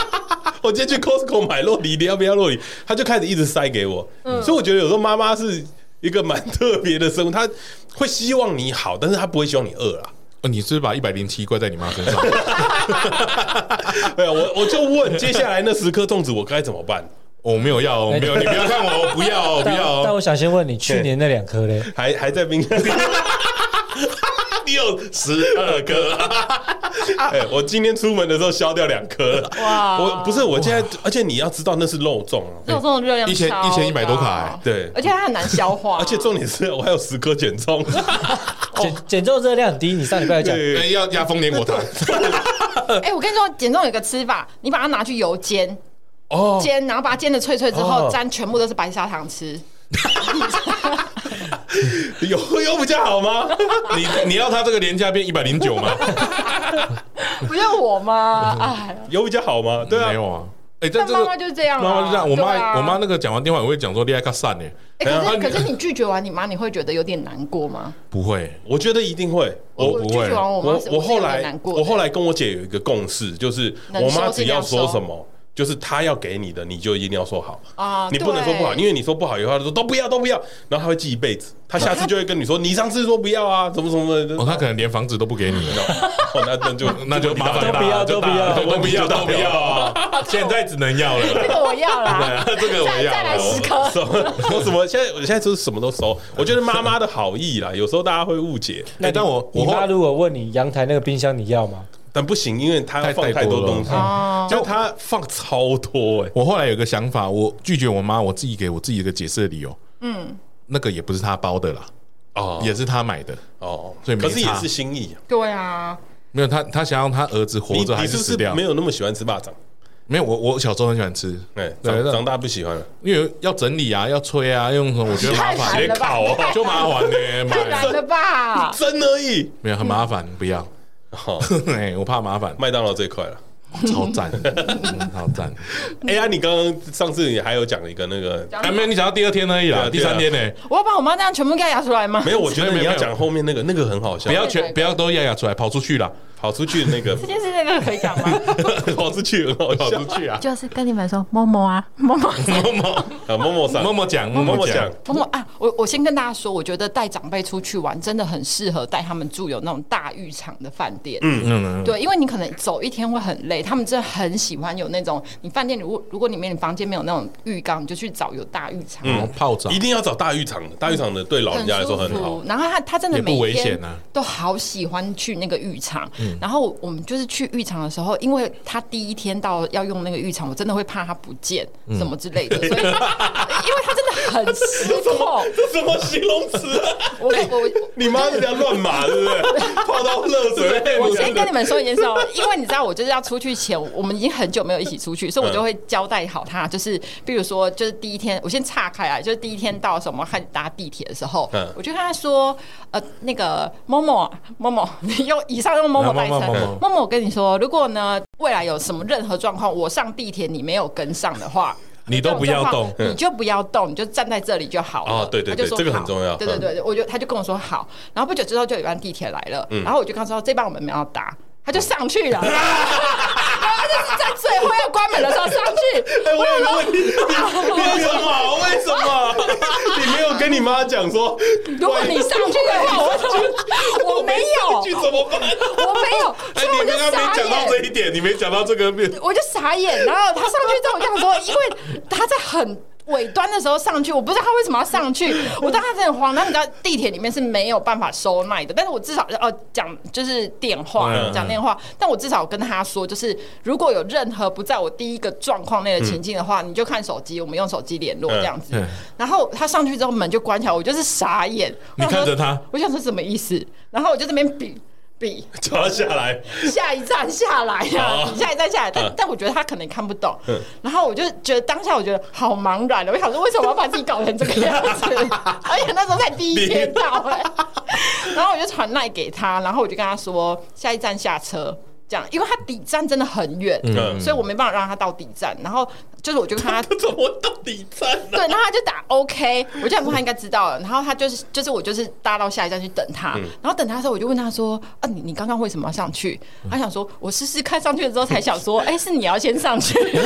Speaker 2: 我今天去 Costco 买洛梨，你要不要洛梨？她就开始一直塞给我。
Speaker 4: 嗯
Speaker 2: 所以我觉得有时候妈妈是一个蛮特别的生物，她会希望你好，但是她不会希望你饿啦。
Speaker 3: 哦你是不是把一百零七怪在你妈身上？
Speaker 2: 对啊，我我就问，接下来那十颗粽子我该怎么办？
Speaker 3: 我没有要 哦，我没有，你不要看我，我不要哦，我不
Speaker 5: 但
Speaker 3: 要
Speaker 5: 但
Speaker 3: 哦。
Speaker 5: 我想先问你，去年那两颗嘞？
Speaker 2: 还还在冰箱 里。
Speaker 3: 你有十二个，
Speaker 2: 哎、我今天出门的时候消掉两颗了。
Speaker 4: 哇
Speaker 2: 我不是，我现在，而且你要知道那是肉粽啊，
Speaker 4: 肉粽的热量
Speaker 3: 一千
Speaker 4: 超
Speaker 3: 一千一百多卡
Speaker 4: 高
Speaker 3: 哎
Speaker 2: 对，
Speaker 4: 而且它很难 消化，
Speaker 2: 而且重点是我还有十颗减重，
Speaker 5: 减减重热量很低，你上礼拜有讲，
Speaker 2: 对，
Speaker 3: 哎要压丰年果糖，
Speaker 4: 哎、我跟你说，减重有个吃法，你把它拿去油煎，
Speaker 2: 哦，
Speaker 4: 煎，然后把它煎的脆脆之后，
Speaker 2: 哦
Speaker 4: 沾全部都是白砂糖吃。
Speaker 2: 有有比较好 吗？
Speaker 3: 你你要他这个廉价变一百零九 吗？
Speaker 4: 不要我吗？哎，
Speaker 2: 有比较好吗？对
Speaker 3: 没
Speaker 2: 啊，
Speaker 3: 有啊。哎，但
Speaker 4: 但
Speaker 3: 这
Speaker 4: 妈
Speaker 3: 个
Speaker 4: 妈就是这样、啊，
Speaker 3: 妈妈就这样，我
Speaker 4: 对啊
Speaker 3: 妈我妈那个讲完电话，我会讲说恋爱卡散呢，
Speaker 4: 哎、可是
Speaker 3: 然后
Speaker 4: 可是你拒绝完你妈，你会觉得有点难过吗？
Speaker 3: 不会，
Speaker 2: 我觉得一定会，我。
Speaker 3: 不
Speaker 4: 拒
Speaker 3: 会
Speaker 4: 绝完哦我妈
Speaker 2: 我
Speaker 4: 是，
Speaker 2: 我
Speaker 4: 是有
Speaker 2: 后
Speaker 4: 点
Speaker 2: 来
Speaker 4: 难过的
Speaker 2: 我后来跟我姐有一个共识，就是
Speaker 4: 能
Speaker 2: 我妈
Speaker 4: 收尽
Speaker 2: 只要
Speaker 4: 量
Speaker 2: 说
Speaker 4: 收
Speaker 2: 什么，就是她要给你的，你就一定要说好
Speaker 4: 啊
Speaker 2: 你不能说不好，
Speaker 4: 对
Speaker 2: 因为你说不好以后，她就说都不要都不要，然后她会记一辈子，她下次就会跟你说，你上次说不要啊，怎么怎么的
Speaker 3: 哦，，他可能连房子都不给你 了，
Speaker 2: 哦，那那就
Speaker 3: 那就麻烦
Speaker 5: 都不要
Speaker 3: 大
Speaker 5: 都不要
Speaker 3: 就大都不要，都
Speaker 2: 都
Speaker 3: 不
Speaker 2: 不
Speaker 3: 要
Speaker 2: 要哦
Speaker 3: 啊，现在只能要了
Speaker 4: 这
Speaker 3: 啦。
Speaker 4: 个我要
Speaker 3: 对
Speaker 4: 啦，
Speaker 3: 啊，这个我
Speaker 4: 再
Speaker 3: 要
Speaker 4: 再来
Speaker 3: 了
Speaker 4: 十。颗。
Speaker 2: 什么我什么？现在我现在就是什么都收。我觉得妈妈的好意啦，有时候大家会误解，
Speaker 5: 那
Speaker 3: 哎，
Speaker 5: 你
Speaker 3: 但我
Speaker 5: 你
Speaker 3: 我后
Speaker 5: 妈如果问你阳台那个冰箱你要吗？
Speaker 2: 但不行，因为她要放
Speaker 3: 太
Speaker 2: 太多
Speaker 3: 多了
Speaker 2: 东西
Speaker 4: 哦，
Speaker 2: 就她放超多哎。
Speaker 3: 我后来有个想法，我拒绝我妈，我自己给我自己一个解释的理由。嗯，那个也不是他包的啦，
Speaker 2: 哦
Speaker 3: 也是他买的，
Speaker 2: 哦，
Speaker 3: 所以没
Speaker 2: 可是也
Speaker 3: 差
Speaker 2: 是心意啊。
Speaker 4: 对啊，
Speaker 3: 没有他他想让他儿子活
Speaker 2: 你
Speaker 3: 着还
Speaker 2: 你是不
Speaker 3: 死
Speaker 2: 是
Speaker 3: 掉
Speaker 2: 没？有那么喜欢吃蚂蚱？
Speaker 3: 没有，我我小时候很喜欢吃，
Speaker 2: 哎，
Speaker 3: 对
Speaker 2: 长
Speaker 3: 那
Speaker 2: 长大不喜欢啊了，
Speaker 3: 因为要整理啊，要吹啊，用什么 我觉得麻
Speaker 4: 太
Speaker 3: 烦，
Speaker 4: 难了吧
Speaker 2: 烤哦，
Speaker 3: 就麻烦 呢、
Speaker 4: 太
Speaker 3: 买
Speaker 4: 难了吧？
Speaker 2: 真而已。
Speaker 3: 没有很麻烦，不要，
Speaker 2: 好，
Speaker 3: 哎，我怕麻 烦，
Speaker 2: 麦当劳这一块了。
Speaker 3: 超赞，嗯超 赞。
Speaker 2: 哎呀，你刚刚上次也还有讲了一个那个，
Speaker 3: 哎，没有，你讲到第二天而已
Speaker 2: 对
Speaker 3: 啦，
Speaker 2: 啊
Speaker 3: 第三天呢？
Speaker 4: 我要把我妈这样全部给她压出来吗？
Speaker 2: 没有，我觉得
Speaker 3: 没有
Speaker 2: 你
Speaker 3: 没有
Speaker 2: 要讲后面那个，那个很好笑
Speaker 3: 不。要
Speaker 4: 哪
Speaker 3: 全
Speaker 4: 个
Speaker 3: 不要都压压出来，跑出去啦，
Speaker 2: 跑出去的 那个，
Speaker 4: 这件事真的可以讲吗？
Speaker 2: 跑出去很好
Speaker 3: 跑
Speaker 2: 笑
Speaker 3: 出去啊！
Speaker 4: 就是跟你们说，某某啊，某某
Speaker 3: 默默
Speaker 2: 啊，某某上，
Speaker 3: 默默讲，默
Speaker 2: 某某
Speaker 3: 默
Speaker 2: 讲
Speaker 3: 讲，，
Speaker 4: 不过啊，我我先跟大家说，我觉得带长辈出去玩真的很适合带他们住有那种大浴场的饭店。嗯嗯，对，因为你可能走一天会很累，他们真的很喜欢有那种你饭店如果如果里面你房间没有那种浴缸，你就去找有大浴场。
Speaker 3: 然后哦泡澡
Speaker 2: 一，定要找大浴场的，大浴场的嗯对老人家来说很
Speaker 4: 舒服
Speaker 2: 好。
Speaker 4: 然后他他真的
Speaker 3: 也不
Speaker 4: 每
Speaker 3: 危
Speaker 4: 天
Speaker 3: 险啊
Speaker 4: 都好喜欢去那个浴场。
Speaker 2: 嗯
Speaker 4: 然后我们就是去浴场的时候，因为他第一天到要用那个浴场，我真的会怕他不见什么之类的，所以因为他真的很失控。
Speaker 2: 这嗯 什么形容词啊？
Speaker 4: 我我我
Speaker 2: 你妈是这样乱码，对不 对？泡到哎热水，
Speaker 4: 我先跟你们说一件事哦， 因为你知道，我就是要出去前，我们已经很久没有一起出去，所以我就会交代好他，就是比如说，就是第一天，我先岔开来，就是第一天到什么开始搭地铁的时候
Speaker 2: 嗯，
Speaker 4: 我就跟他说，呃，那个某某某某， 你用以上用某某代称
Speaker 3: 啊某某某，
Speaker 4: 某某，我跟你说，如果呢未来有什么任何状况，我上地铁你没有跟上的话。
Speaker 2: 嗯
Speaker 3: 你都不要动
Speaker 4: 你就不要动，你就站在这里就好了。
Speaker 2: 哦对对
Speaker 4: 他就
Speaker 2: 对
Speaker 4: 说
Speaker 2: 这个
Speaker 4: 好
Speaker 2: 很重要嗯
Speaker 4: 对对对，对我就他就跟我说好，然后不久之后就有一班地铁来了，
Speaker 2: 嗯
Speaker 4: 然后我就跟他说这班我们没有要搭，他就上去 了。然后就是在最后要关门的时候上去，
Speaker 2: 哎，我有个问题，你为什么？为什 么？你没有跟你妈讲说，
Speaker 4: 如果你上去的话，我就我没有，
Speaker 2: 去怎么办？
Speaker 4: 我没有，
Speaker 2: 哎，
Speaker 4: 所以我
Speaker 2: 你刚
Speaker 4: 就
Speaker 2: 刚没
Speaker 4: 傻
Speaker 2: 讲到
Speaker 4: 眼。
Speaker 2: 这一点，你没讲到这个面。
Speaker 4: 我就傻眼，然后他上去之后，我就想说，因为他在很尾端的时候上去，我不知道他为什么要上去，我当时真的很慌。然后你知道地铁里面是没有办法收麦的，但是我至少哦讲就是电话
Speaker 2: 嗯
Speaker 4: 讲电话，但我至少跟他说，就是如果有任何不在我第一个状况内的情境的话，你就看手机，我们用手机联络这样子
Speaker 3: 嗯嗯嗯。
Speaker 4: 然后他上去之后门就关起来，我就是傻眼，
Speaker 3: 你看着他
Speaker 4: 我想说什么意思？然后我就这边比比。
Speaker 2: 叫他下来，
Speaker 4: 下一站下来呀、
Speaker 2: 哦
Speaker 4: 你下一站下来，但、
Speaker 2: 嗯
Speaker 4: 但我觉得他可能看不懂，然后我就觉得当下我觉得好茫然了，我想说为什么要把自己搞成这个样子？ 而且那时候才第一天到哎、然后我就传赖给他，然后我就跟他说下一站下车。这样，因为他底站真的很远，
Speaker 2: 嗯
Speaker 4: 所以我没办法让他到底站。然后就是，我就看他
Speaker 2: 他怎么到底站呢？
Speaker 4: 对，然后他就打 OK，我就想说他应该知道了。然后他就是就是我就是搭到下一站去等他，
Speaker 3: 嗯
Speaker 4: 然后等他的时候我就问他说：“啊，你你刚刚为什么要上去？”他想说：“我试试看上去了之后才想说，哎、是你要先 上去。”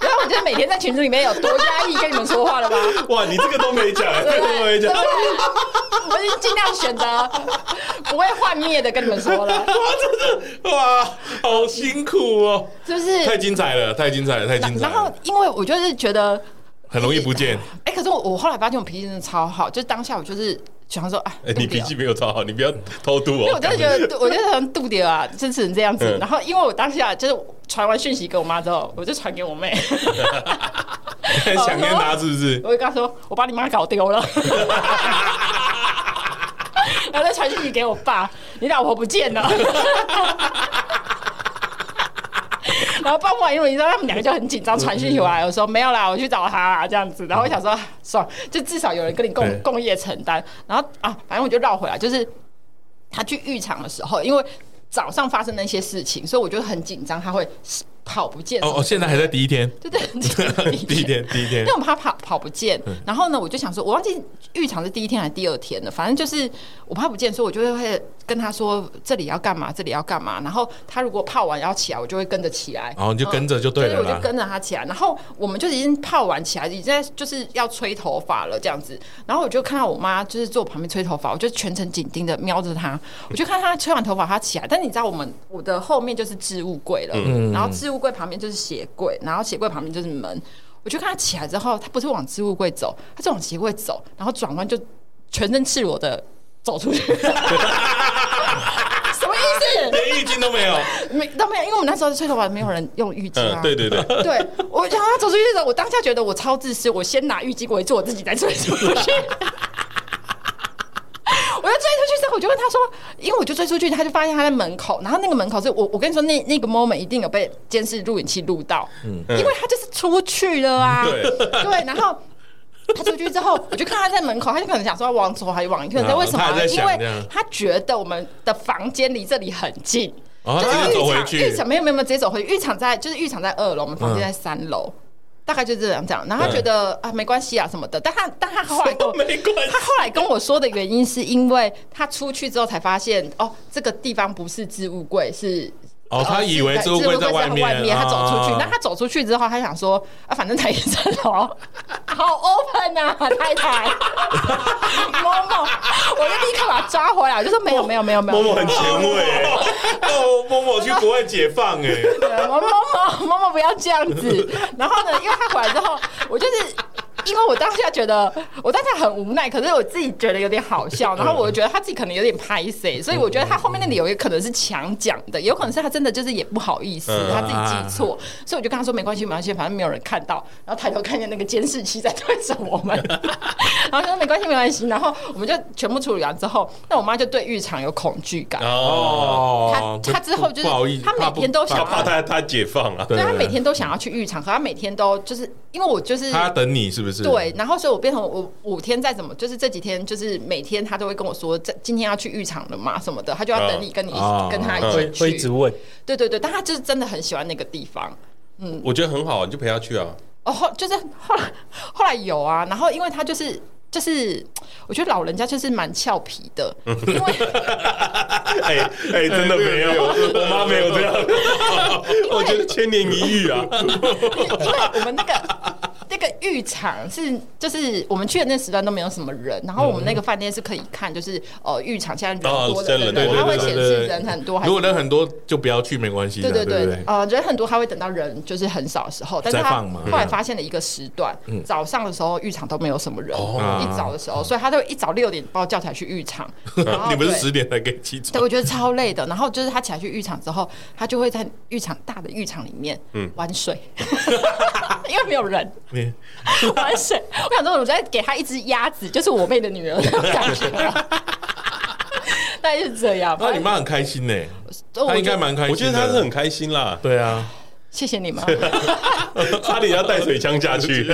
Speaker 4: 然后我就每天在群组里面有多压抑跟你们说话 了吧？
Speaker 2: 哇，你这个都没讲，这
Speaker 4: 对
Speaker 2: 个
Speaker 4: 不
Speaker 2: 都
Speaker 4: 对
Speaker 2: 没
Speaker 4: 对
Speaker 2: 讲
Speaker 4: 不。对我已经尽量选择不会幻灭的跟你们说了，
Speaker 3: 哇，好辛苦哦，
Speaker 4: 就是
Speaker 3: 太精彩了，太精彩了，太精彩
Speaker 4: 然后
Speaker 3: 了，
Speaker 4: 因为我就是觉得。
Speaker 3: 很容易不见。
Speaker 4: 哎、可是我我后来发现我脾气真的超好，就是当下我就是想说，哎、
Speaker 2: 哎，你
Speaker 4: 肚子
Speaker 2: 脾
Speaker 4: 啊
Speaker 2: 气没有超好，你不要偷渡
Speaker 4: 因为
Speaker 2: 哦
Speaker 4: 我。真的觉得，我就很肚子啊，支持成这样子。
Speaker 2: 嗯
Speaker 4: 然后，因为我当下就是传完讯息给我妈之后，我就传给我妹，
Speaker 3: 很想念他是不是？
Speaker 4: 我就跟她说，我把你妈搞丢了。 然后再传讯息给我爸，你老婆不见了。 然后爸爸因为你知道他们两个就很紧张，传讯息回来，我说没有啦，我去找他啦，这样子。然后我想说，啊爽，就至少有人跟你共
Speaker 3: 对
Speaker 4: 共业承担。然后啊，反正我就绕回来，就是他去浴场的时候，因为早上发生那些事情，所以我就很紧张，他会跑不见。
Speaker 3: 哦哦，现在还在第一 天，
Speaker 4: 对对， 对
Speaker 3: 第一天，第一天
Speaker 4: 因为，我怕跑跑不见，然后呢，我就想说，我忘记浴场是第一天还是第二天了，反正就是我怕不见，所以我就会跟他说这里要干嘛，这里要干嘛。然后他如果泡完要起来，我就会跟着起来。
Speaker 3: 然后你就跟着就对
Speaker 4: 所
Speaker 3: 了
Speaker 4: 以我就
Speaker 3: 啦。
Speaker 4: 跟着他起来，然后我们就已经泡完起来，已经在就是要吹头发了这样子。然后我就看到我妈就是坐我旁边吹头发，我就全程紧盯着瞄着
Speaker 3: 嗯
Speaker 4: 她。我就看她吹完头发，她起来。但你知道我们我的后面就是置物柜了，然后置物柜旁边就是鞋柜，然后鞋柜旁边就是门。我就看她起来之后，她不是往置物柜走，她是往鞋柜走， 然后转弯就全身赤裸的走出去。什么么意
Speaker 3: 连浴巾都没有。
Speaker 4: 思？没都没有，因为我们那时候吹头发没有人用浴巾啊。
Speaker 2: 嗯嗯，对对 对，
Speaker 4: 对，我然后他走出去的时候，我当下觉得我超自私，我先拿浴巾围住我自己再追出去。我要 追出去之后，我就问他说，因为我就追出去，他就发现他在门口，然后那个门口是我，我跟你说那那个 moment 一定有被监视录影器录到，
Speaker 3: 嗯
Speaker 4: 因为他就是出去了啊，
Speaker 2: 对
Speaker 4: 对，然后。他出去之后，我就看他在门口，他就可能想说要往左还是往右，你知道为
Speaker 3: 嗯
Speaker 4: 什么
Speaker 3: 他还
Speaker 4: 吗？
Speaker 3: 在
Speaker 4: 因
Speaker 3: 想
Speaker 4: 为
Speaker 3: 这样
Speaker 4: 他觉得我们的房间离这里很近，
Speaker 3: 哦
Speaker 4: 就
Speaker 3: 他直接
Speaker 4: 是
Speaker 3: 走
Speaker 4: 浴
Speaker 3: 回
Speaker 4: 场，
Speaker 3: 去
Speaker 4: 浴场没有没有没有直接走回去，浴场在就是浴场在二楼，我们房间在三楼。大概就这样这样，然后他觉得、
Speaker 3: 嗯
Speaker 4: 啊没关系啊什么的，但他但他后 来跟我
Speaker 3: 没关系
Speaker 4: 他后来跟我说的原因是因为他出去之后才发现哦，这个地方不是置物柜，是
Speaker 3: 哦他以为
Speaker 4: 是
Speaker 3: 置物柜在外面
Speaker 4: 外面，他走出去
Speaker 3: 啊，
Speaker 4: 那 他走出去之后，他想说啊，反正他也在楼， 好 open 啊，太太，某某，我就立刻把他抓回来，我就说没有没有没有没有，
Speaker 2: 默默很前 卫欸，
Speaker 3: 哦，某某去国外解放哎、
Speaker 4: 对某某某某某不要这样子。然后呢，因为他回来之后，我就是。因为我当下觉得，我当下很无奈，可是我自己觉得有点好笑，然后我觉得他自己可能有点拍谁，所以我觉得他后面那理由也可能是强讲的，也有可能是他真的就是也不好意思，
Speaker 2: 嗯
Speaker 4: 他自己记错，所以我就跟他说没关系，没关系，反正没有人看到。然后抬头看见那个监视器在对着我们，然后就说没关系，没关系。然后我们就全部处理完之后，那我妈就对浴场有恐惧感，
Speaker 2: 哦，
Speaker 3: 哦，
Speaker 4: 她她之后就
Speaker 3: 不
Speaker 4: 是
Speaker 3: 好意思，
Speaker 4: 她每天都
Speaker 3: 怕
Speaker 4: 想
Speaker 2: 他
Speaker 3: 不
Speaker 2: 怕他他解放啊，
Speaker 3: 对
Speaker 4: 对
Speaker 3: 对
Speaker 4: 他
Speaker 3: 对
Speaker 4: 每天都想要去浴场，可他每天都就是因为我就是
Speaker 3: 他等你是不是？
Speaker 4: 对，，然后所以我变成我五天再怎么，就是这几天就是每天他都会跟我说，这今天要去浴场了嘛什么的，他就要等你跟你一起、
Speaker 3: 啊
Speaker 4: 跟他
Speaker 5: 会
Speaker 4: 一
Speaker 5: 会
Speaker 4: 起
Speaker 5: 一
Speaker 4: 去
Speaker 5: 直。问，
Speaker 4: 对对对，但他就是真的很喜欢那个地方。
Speaker 2: 我觉得很好，你就陪他去啊，
Speaker 4: 哦，后就是后来 后来有啊，然后因为他就是就是，我觉得老人家就是蛮俏皮的，因为
Speaker 2: 哎哎，真的没有，我妈没有这样， 我觉得千年一遇啊，
Speaker 4: 因为我们那个那个浴场是，就是我们去的那时段都没有什么人，然后我们那个饭店是可以看，就是呃浴场现在人多的
Speaker 2: 哦现
Speaker 4: 人
Speaker 2: 在人
Speaker 4: 多，
Speaker 2: 多
Speaker 4: 它会
Speaker 2: 对
Speaker 4: 显示人很多，还
Speaker 3: 如
Speaker 4: 是
Speaker 3: 果人很多就不要去，没关系的。
Speaker 4: 对对
Speaker 3: 对
Speaker 4: 对，呃，人很多，他会等到人就是很少的时候，但是
Speaker 3: 再
Speaker 4: 他
Speaker 3: 放嘛
Speaker 4: 后来
Speaker 3: 嗯
Speaker 4: 发现了一个时段，早上的时候浴场都没有什么人，
Speaker 3: 哦
Speaker 4: 一早的时候，所以他就一早六点把我叫起来去 浴场，然后
Speaker 3: 你不是
Speaker 4: 对
Speaker 3: 十点才可以起
Speaker 4: 对，
Speaker 3: 床？
Speaker 4: 我觉得超累的。然后就是他起来去浴场之后，他就会在浴场大的浴场里面
Speaker 3: 嗯
Speaker 4: 玩水， 因为没有人
Speaker 3: 你
Speaker 4: 玩水。我想说，我在给他一只鸭子，就是我妹的女儿那种感觉。啊 大概是这样。
Speaker 3: 那你妈很开心呢、
Speaker 4: 反正
Speaker 3: 她
Speaker 4: 哦我
Speaker 3: 应
Speaker 4: 就
Speaker 3: 该蛮开心的。
Speaker 2: 我觉得他是很开心啦，
Speaker 3: 对啊，
Speaker 4: 谢谢你们。
Speaker 2: 差点要带水枪下 去，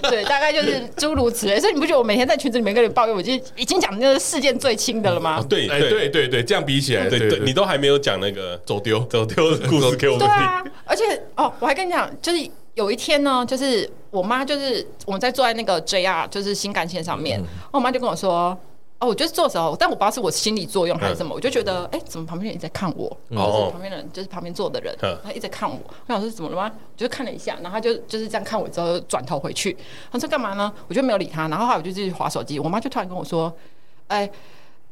Speaker 4: 对，大概就是诸如此类。所以你不觉得我每天在群组里面跟你抱怨，我就已经讲那个事件最轻的 了吗？
Speaker 2: 啊对
Speaker 3: 哎、
Speaker 2: 对
Speaker 3: 对对对，这样比起来，
Speaker 2: 对
Speaker 3: 对
Speaker 2: 对，
Speaker 3: 对，
Speaker 2: 你都还没有讲那个
Speaker 3: 走丢，
Speaker 2: 走丢的故事给我们
Speaker 4: 对
Speaker 2: 听，
Speaker 4: 啊，而且哦，我还跟你讲，就是有一天呢，就是我妈就是我们在坐在那个 JR，就是新干线上
Speaker 3: 嗯
Speaker 4: 面，然后我妈就跟我说。哦，我就是坐的时候，但我不知道是我心理作用还是什么，
Speaker 3: 嗯
Speaker 4: 我就觉得，哎、怎么旁边人一直在看我？
Speaker 2: 哦
Speaker 4: 就是旁边人，就是旁边坐的人
Speaker 2: 嗯，
Speaker 4: 他一直在看我。我想说怎么了吗？我就看了一下，然后他就就是这样看我之后转头回去，他说干嘛呢？我就没有理他，然后后来我就继续划手机。我妈就突然跟我说，哎、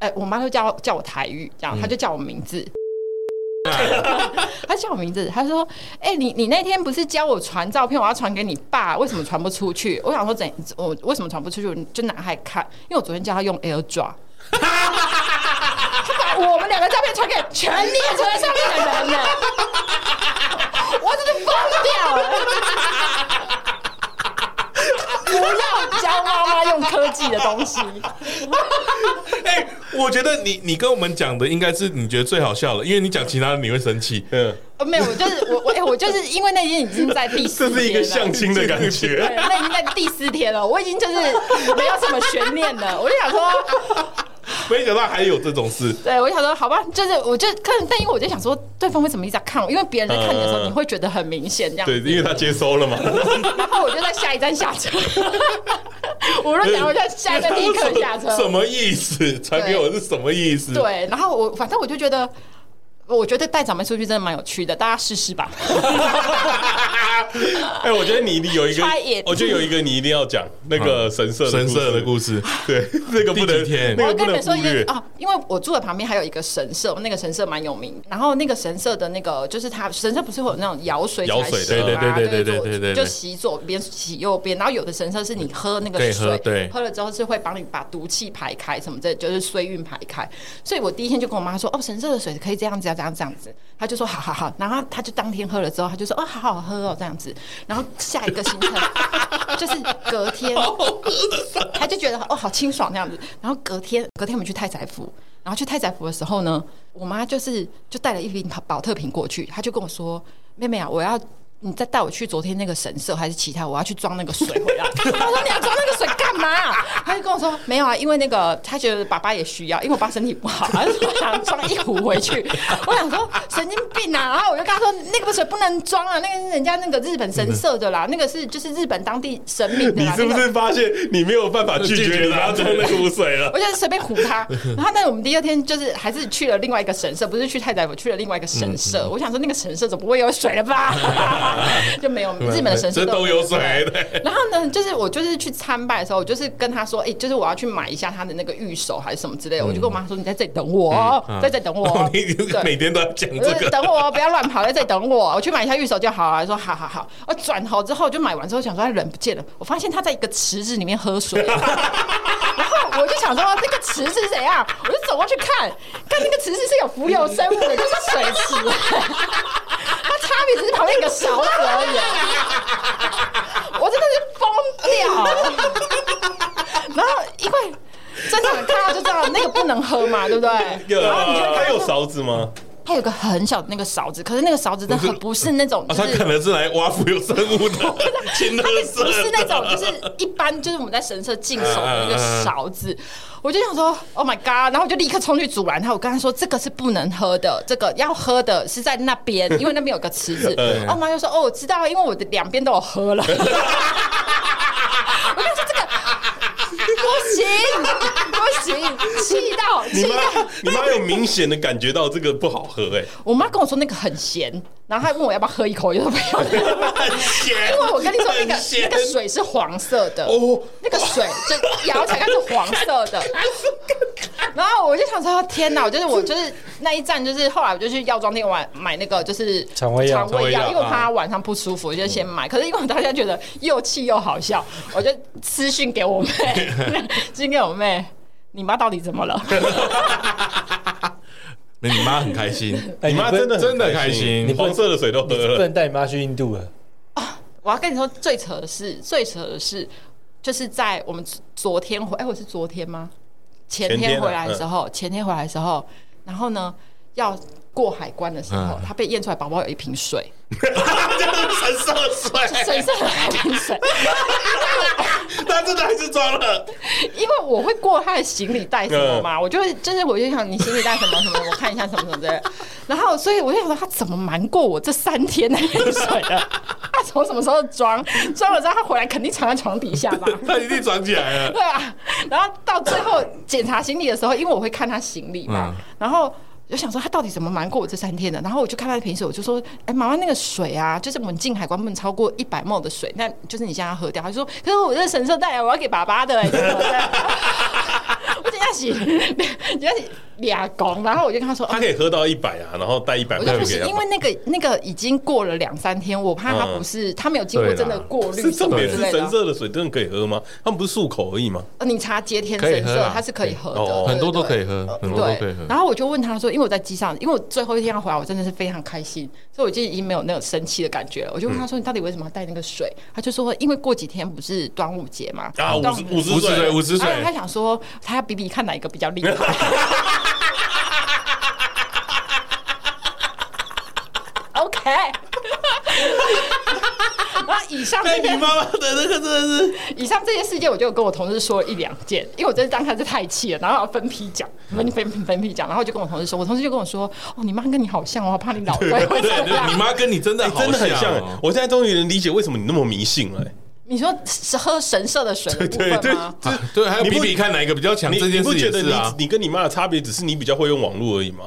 Speaker 4: 哎、我妈就叫叫我台语，这样，她就叫我名字，他叫我名字，他说：“哎、你你那天不是教我传照片，我要传给你爸，为什么传不出去？”我想说怎我为什么传不出去，我就拿来看，因为我昨天叫他用 AirDrop。他把我们两个照片传给全列车上面的人呢，我真是疯掉了！不要教妈妈用科技的东西，
Speaker 3: 哎、我觉得你你跟我们讲的应该是你觉得最好笑的，因为你讲其他的你会生气。
Speaker 2: 嗯，
Speaker 4: 呃没有，我就是我我、哎我就是因为那天已经在第 四
Speaker 2: 这
Speaker 4: 天
Speaker 2: 是一个
Speaker 4: 了
Speaker 2: 相亲的感
Speaker 4: 对
Speaker 2: 觉，
Speaker 4: 那已经在第四天了，我已经就是没有什么悬念了。我就想说，
Speaker 3: 没想到还有这种事，
Speaker 4: 对我就想说，好吧，就是我就看，但因为我就想说，对方为什么一直在看我？因为别人在看你的时候，
Speaker 2: 嗯
Speaker 4: 你会觉得很明显这样。
Speaker 2: 对，因为他接收了嘛，
Speaker 4: 然后我就在下一站下车， 无论怎样，我就在 下一站立刻下车。
Speaker 3: 什么意思？传给我是什么意思？
Speaker 4: 对，然后我反正我就觉得。我觉得带长辈出去真的蛮有趣的，大家试试吧。
Speaker 2: 哎，我觉得你一定有一个
Speaker 4: Try，it
Speaker 2: 我觉得有一个你一定要讲那个嗯神社
Speaker 3: 神社的
Speaker 2: 的故
Speaker 3: 故
Speaker 2: 事，
Speaker 3: 事，
Speaker 2: 对，那个不
Speaker 3: 第
Speaker 2: 能
Speaker 3: 几天，
Speaker 2: 那
Speaker 4: 我
Speaker 2: 个
Speaker 4: 要
Speaker 2: 不
Speaker 4: 跟你
Speaker 2: 能
Speaker 4: 们说一
Speaker 2: 忽略
Speaker 4: 件。啊，因为我住的旁边还有一个神社，那个神社蛮有名。然后那个神社的那个，就是它神社不是会有那种舀水
Speaker 2: 舀
Speaker 4: 起
Speaker 2: 水
Speaker 4: 来
Speaker 2: 的
Speaker 4: 洗
Speaker 2: 对
Speaker 4: 吗
Speaker 3: 对对对
Speaker 4: 就是
Speaker 3: 对对
Speaker 4: 左
Speaker 3: 对对
Speaker 4: 就洗左边洗右边。然后有的神社是你喝那个
Speaker 3: 可以
Speaker 4: 水，
Speaker 3: 喝对
Speaker 4: 喝了之后是会帮你把毒气排开，什么这就是衰运排开。所以我第一天就跟我妈说，哦，神社的水可以这样子啊，这样这样子。她就说好好好，然后她就当天喝了之后，她就说哦，好好喝哦这样子。然后下一个行程就是隔天，她就觉得哦好清爽这样子。然后隔天隔天我们去太宰府，然后去太宰府的时候呢，我妈就是就带了一瓶保特瓶过去，她就跟我说，妹妹啊，我要。你再带我去昨天那个神社还是其他？我要去装那个水回来。我说你要装那个水干嘛、他就跟我说没有啊，因为那个他觉得爸爸也需要，因为我爸身体不好，他就说想装一壶回去。我想说神经病啊！然后我就跟他说那个水不能装啊，那个是人家那个日本神社的啦，那个是就是日本当地神明的
Speaker 2: 你
Speaker 4: 啦。
Speaker 2: 是不
Speaker 4: 那个
Speaker 2: 是发现你没有办法拒
Speaker 3: 拒
Speaker 2: 绝
Speaker 3: 绝
Speaker 2: 你
Speaker 3: 他
Speaker 2: 要装那个污水了？
Speaker 4: 我就随便唬他。然后，但是我们第二天就是还是去了另外一个神社，不是去太宰府，去了另外一个神
Speaker 2: 嗯
Speaker 4: 社。我想说那个神社总不会有水了吧？就没有日本的神社
Speaker 2: 这都有水的。
Speaker 4: 然后呢，就是我就是去参拜的时候，我就是跟他说，哎、就是我要去买一下他的那个玉手还是什么之类的。我就跟我妈说，你在这里等我哦，在这里等 我哦。
Speaker 3: 你每
Speaker 4: 对。
Speaker 3: 天都要讲这
Speaker 4: 我就
Speaker 3: 个，
Speaker 4: 等我哦，不要乱跑，在这里等我。我去买一下玉手就好了。说好好好，我转头之后就买完之后想说他哎人不见了，我发现他在一个池子里面喝水。 然后我就想说这个池子是怎样，我就走过去看，看那个池子是有浮游生物的，就是水池。 它差别只是旁边一个勺子而已。我真的是疯掉。然后因为正常人看到就知道那个不能喝嘛， 对不对？然后你就会
Speaker 2: 他
Speaker 4: 看
Speaker 2: 有
Speaker 4: 到
Speaker 2: 勺子吗？
Speaker 4: 它有个很小的那个勺子，可是那个勺子真的很不是那种，
Speaker 3: 啊，
Speaker 4: 就
Speaker 3: 他
Speaker 4: 是
Speaker 3: 可能是来挖浮游生 物的， 亲热
Speaker 4: 不是
Speaker 3: 色
Speaker 4: 那 种，就是一般就是我们在神社净手的那个勺
Speaker 3: 嗯
Speaker 4: 子。我就想说，Oh my god！然后我就立刻冲去阻拦他。我跟他说，这个是不能喝的，这个要喝的是在那 边，因为那边有个池子。
Speaker 3: 嗯
Speaker 4: 然后我妈就说，哦，我知道，因为我的两边都有喝了。我 跟他说这个。不行，不行，气到
Speaker 2: 你
Speaker 4: 气
Speaker 2: 妈
Speaker 4: 到！，
Speaker 2: 你妈有明显的感觉到这个不好喝哎，
Speaker 4: 我妈跟我说那个很咸，然后她还问我要不要喝一 口，我就说不要。
Speaker 3: 很咸，
Speaker 4: 因为我跟你说，那个
Speaker 3: 很咸
Speaker 4: 那个水是黄色的
Speaker 3: 哦
Speaker 4: 那个水就摇起来它是黄色的。然后我就想说，天哪！我就是我就是那一站，就是后来我就去药妆店买买那个就是
Speaker 5: 肠胃药
Speaker 4: 肠胃
Speaker 3: 肠胃药
Speaker 4: 药，因为我怕他晚上不舒服，我就先买。可是因为我大家觉得又气又好笑，我就私讯给我妹，私讯给我妹，你妈到底怎么了？
Speaker 3: 那你妈很开心，
Speaker 5: 哎
Speaker 2: 你妈
Speaker 5: 不
Speaker 2: 真的
Speaker 3: 真的
Speaker 2: 很
Speaker 3: 开心
Speaker 2: 你黄色的水都喝
Speaker 5: 你不
Speaker 2: 了
Speaker 5: 能。带你妈去印度了，
Speaker 4: 我要跟你说最扯的是，最扯的是，就是在我们昨昨天回，哎、我是昨天吗？前
Speaker 2: 前天
Speaker 4: 天
Speaker 2: 啊
Speaker 4: 回来的时候，前天回来的时候，然后呢，要过海关的时候，
Speaker 3: 嗯
Speaker 4: 他被验出来宝宝有一瓶水，
Speaker 3: 神社水，
Speaker 4: 身上有一瓶水，
Speaker 3: 他真的还是装 了，
Speaker 4: 因为我会过他的行李带什么嘛，我就会就是我就想你行李带什么什么，我看一下什么什么之类的，然后所以我就想说他怎么瞒过我这三天那瓶水的？他从什么时候装？装了之后他回来肯定藏在床底下吧？
Speaker 3: 他一定装起来了，
Speaker 4: 对啊，然后到最后检查行李的时候，因为我会看他行李嘛，
Speaker 3: 嗯
Speaker 4: 然后。我就想说他到底怎么瞒过我这三天的？然后我就看他的瓶水，我就说：“哎、妈妈，那个水啊，就是我们进海关不能超过一百 ml 的水，那就是你现在要喝掉。”他就说：“可是我这神社带来，我要给爸爸 的、欸，什么的。”我等下洗， 等下洗俩公，然后我就跟他说：“哦
Speaker 2: 他可以喝到一百啊，然后带一百
Speaker 4: 我
Speaker 2: 块
Speaker 4: 就不
Speaker 2: 给
Speaker 4: 行，
Speaker 2: 他
Speaker 4: 因。为那个那个已经过了两三天，我怕他不是、
Speaker 3: 嗯
Speaker 4: 他没有经过真的过
Speaker 2: 是
Speaker 4: 滤什
Speaker 2: 重
Speaker 4: 么
Speaker 2: 点
Speaker 4: 之
Speaker 2: 是
Speaker 4: 类
Speaker 2: 神
Speaker 4: 的。
Speaker 2: 社的水真的可以喝吗？他们不是漱口而已吗？
Speaker 4: 呃你查接天
Speaker 3: 可以
Speaker 4: 神
Speaker 3: 喝
Speaker 4: 社
Speaker 3: 啦，
Speaker 4: 它是可以喝
Speaker 2: 可以
Speaker 4: 的，
Speaker 2: 哦
Speaker 3: 很多都
Speaker 4: 对
Speaker 3: 可以喝，很多都可以
Speaker 4: 对
Speaker 3: 喝，。
Speaker 4: 然后我就问他说，因为我在机上，因为我最后一天要回来，我真的是非常开心，所以我就已经没有那种生气的感觉了。我就
Speaker 3: 嗯
Speaker 4: 问他说，你到底为什么要带那个水？他就说，因为过几天不是端午节嘛，
Speaker 2: 啊，五
Speaker 4: 端
Speaker 2: 十
Speaker 4: 节
Speaker 2: 五十
Speaker 3: 五十岁，
Speaker 2: 岁，
Speaker 3: 五十岁
Speaker 4: 然，后哎他想说，他要比比看哪一个比较厉 害。OK，然后以上
Speaker 3: 哎，
Speaker 4: 这
Speaker 3: 你
Speaker 4: 件
Speaker 3: 妈妈的那个真的是。
Speaker 4: 以上这件事件，我就有跟我同事说了一两件，因为我真的当下是太气了，然后要分批讲，
Speaker 2: 嗯
Speaker 4: 分分分批讲，然后就跟我同事说，我同事就跟我说，哦，你妈跟你好像哦，我怕你老会会怎么
Speaker 3: 你
Speaker 4: 样？
Speaker 3: 妈跟你真的
Speaker 2: 哎
Speaker 3: 好
Speaker 2: 真的很像
Speaker 3: 哦
Speaker 2: 哎。我现在终于能理解为什么你那么迷信了哎。
Speaker 4: 你说是喝神社的水的部
Speaker 2: 对对
Speaker 4: 分吗？
Speaker 3: 啊对，还有
Speaker 2: 你
Speaker 3: 比
Speaker 2: 不
Speaker 3: 比看哪一个比较强，
Speaker 2: 你
Speaker 3: 啊这件
Speaker 2: 你不
Speaker 3: 事
Speaker 2: 觉
Speaker 3: 也
Speaker 2: 得
Speaker 3: 是啊
Speaker 2: 你。你跟你妈的差别只是你比较会用网络而已吗？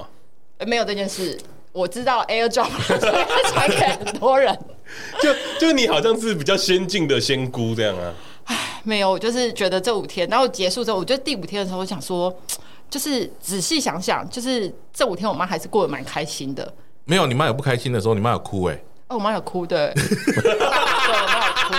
Speaker 4: 呃没有这件事，我知道 AirDrop 传给很多人。
Speaker 2: 就就你好像是比较先进的仙姑这样啊，
Speaker 4: 没有，我就是觉得这五天，然后结束之后，我觉得第五天的时候，我想说，就是仔细想想，就是这五天我妈还是过得蛮开心的。
Speaker 3: 没有，你妈有不开心的时候，你妈有哭哎、
Speaker 4: 哦，我妈有哭的，对，我妈有哭。